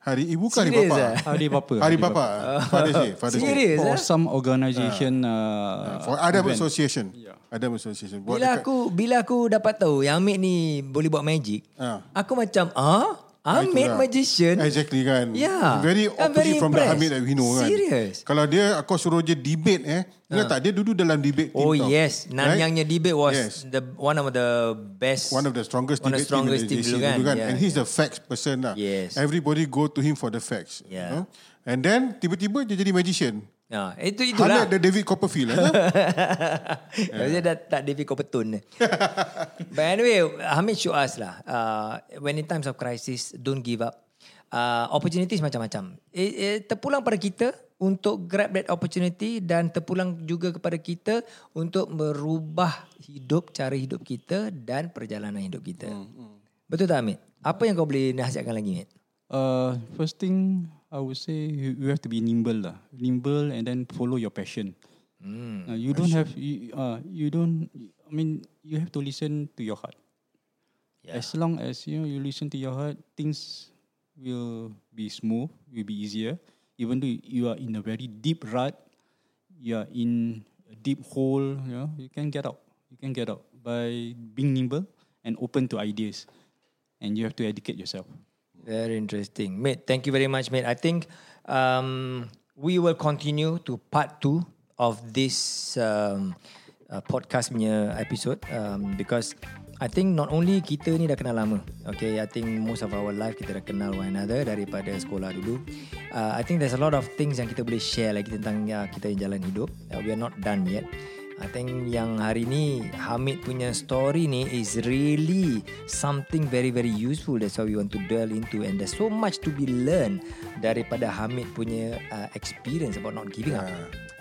Speaker 3: Hari ibu ke hari
Speaker 2: Serious
Speaker 3: bapa?
Speaker 2: ah?
Speaker 4: Hari bapa.
Speaker 3: Hari bapa. Father's Day. Father's Day.
Speaker 2: Serius
Speaker 4: Or
Speaker 2: ah?
Speaker 4: some organisation uh,
Speaker 3: For Adam Association. Adam Association. Buat
Speaker 2: Bila aku bila aku dapat tahu yang Amit ni boleh buat magic,
Speaker 3: Ah.
Speaker 2: aku macam ah, Amit
Speaker 3: Itulah.
Speaker 2: magician.
Speaker 3: lah. Exactly kan
Speaker 2: Yeah.
Speaker 3: Very
Speaker 2: I'm
Speaker 3: opposite
Speaker 2: very
Speaker 3: from the
Speaker 2: impressed.
Speaker 3: Hamid that we know kan
Speaker 2: Serious.
Speaker 3: Kalau dia Aku suruh dia debate eh Dia tak dia duduk dalam debate team
Speaker 2: Oh
Speaker 3: tau.
Speaker 2: yes, Nanyangnya debate was
Speaker 3: Yes.
Speaker 2: the one of the best.
Speaker 3: One of the strongest
Speaker 2: One of the strongest
Speaker 3: debate team in the
Speaker 2: team
Speaker 3: JC
Speaker 2: dulu kan. Yeah,
Speaker 3: And he's the facts person lah
Speaker 2: Yes.
Speaker 3: Everybody go to him for the facts you
Speaker 2: Yeah.
Speaker 3: know? And then Tiba-tiba dia jadi magician
Speaker 2: Ah, itu
Speaker 3: Hamid
Speaker 2: itulah.
Speaker 3: ada David Copperfield eh?
Speaker 2: Dia dah tak David Copperton. But anyway, Hamid show us lah. Uh, when in times of crisis, don't give up. Uh, opportunities macam-macam. Eh, eh, terpulang pada kita untuk grab that opportunity dan terpulang juga kepada kita untuk merubah hidup, cara hidup kita dan perjalanan hidup kita. Betul tak Hamid? Apa yang kau boleh nasihatkan lagi, Hamid?
Speaker 4: Uh, first thing I would say you, you have to be nimble lah, nimble and then follow your passion. Uh, you don't have you, uh, you don't. I mean, you have to listen to your heart.
Speaker 2: Yeah.
Speaker 4: As long as you know, you listen to your heart, things will be smooth, will be easier. Even though you are in a very deep rut, you are in a deep hole. You know, you can get out. You can get out by being nimble and open to ideas, and you have to educate yourself.
Speaker 2: Very interesting. Mate, thank you very much, mate. I think um, we will continue to part two of this um, uh, podcast punya episode um, because I think not only kita ni dah kenal lama. Okay, I think most of our life kita dah kenal one another daripada sekolah dulu. Uh, I think there's a lot of things yang kita boleh share lagi tentang uh, kita punya jalan hidup. Uh, we are not done yet. I think yang hari ni Hamid punya story ni is really something very very useful. That's why we want to delve into and there's so much to be learned daripada Hamid punya uh, experience about not giving up,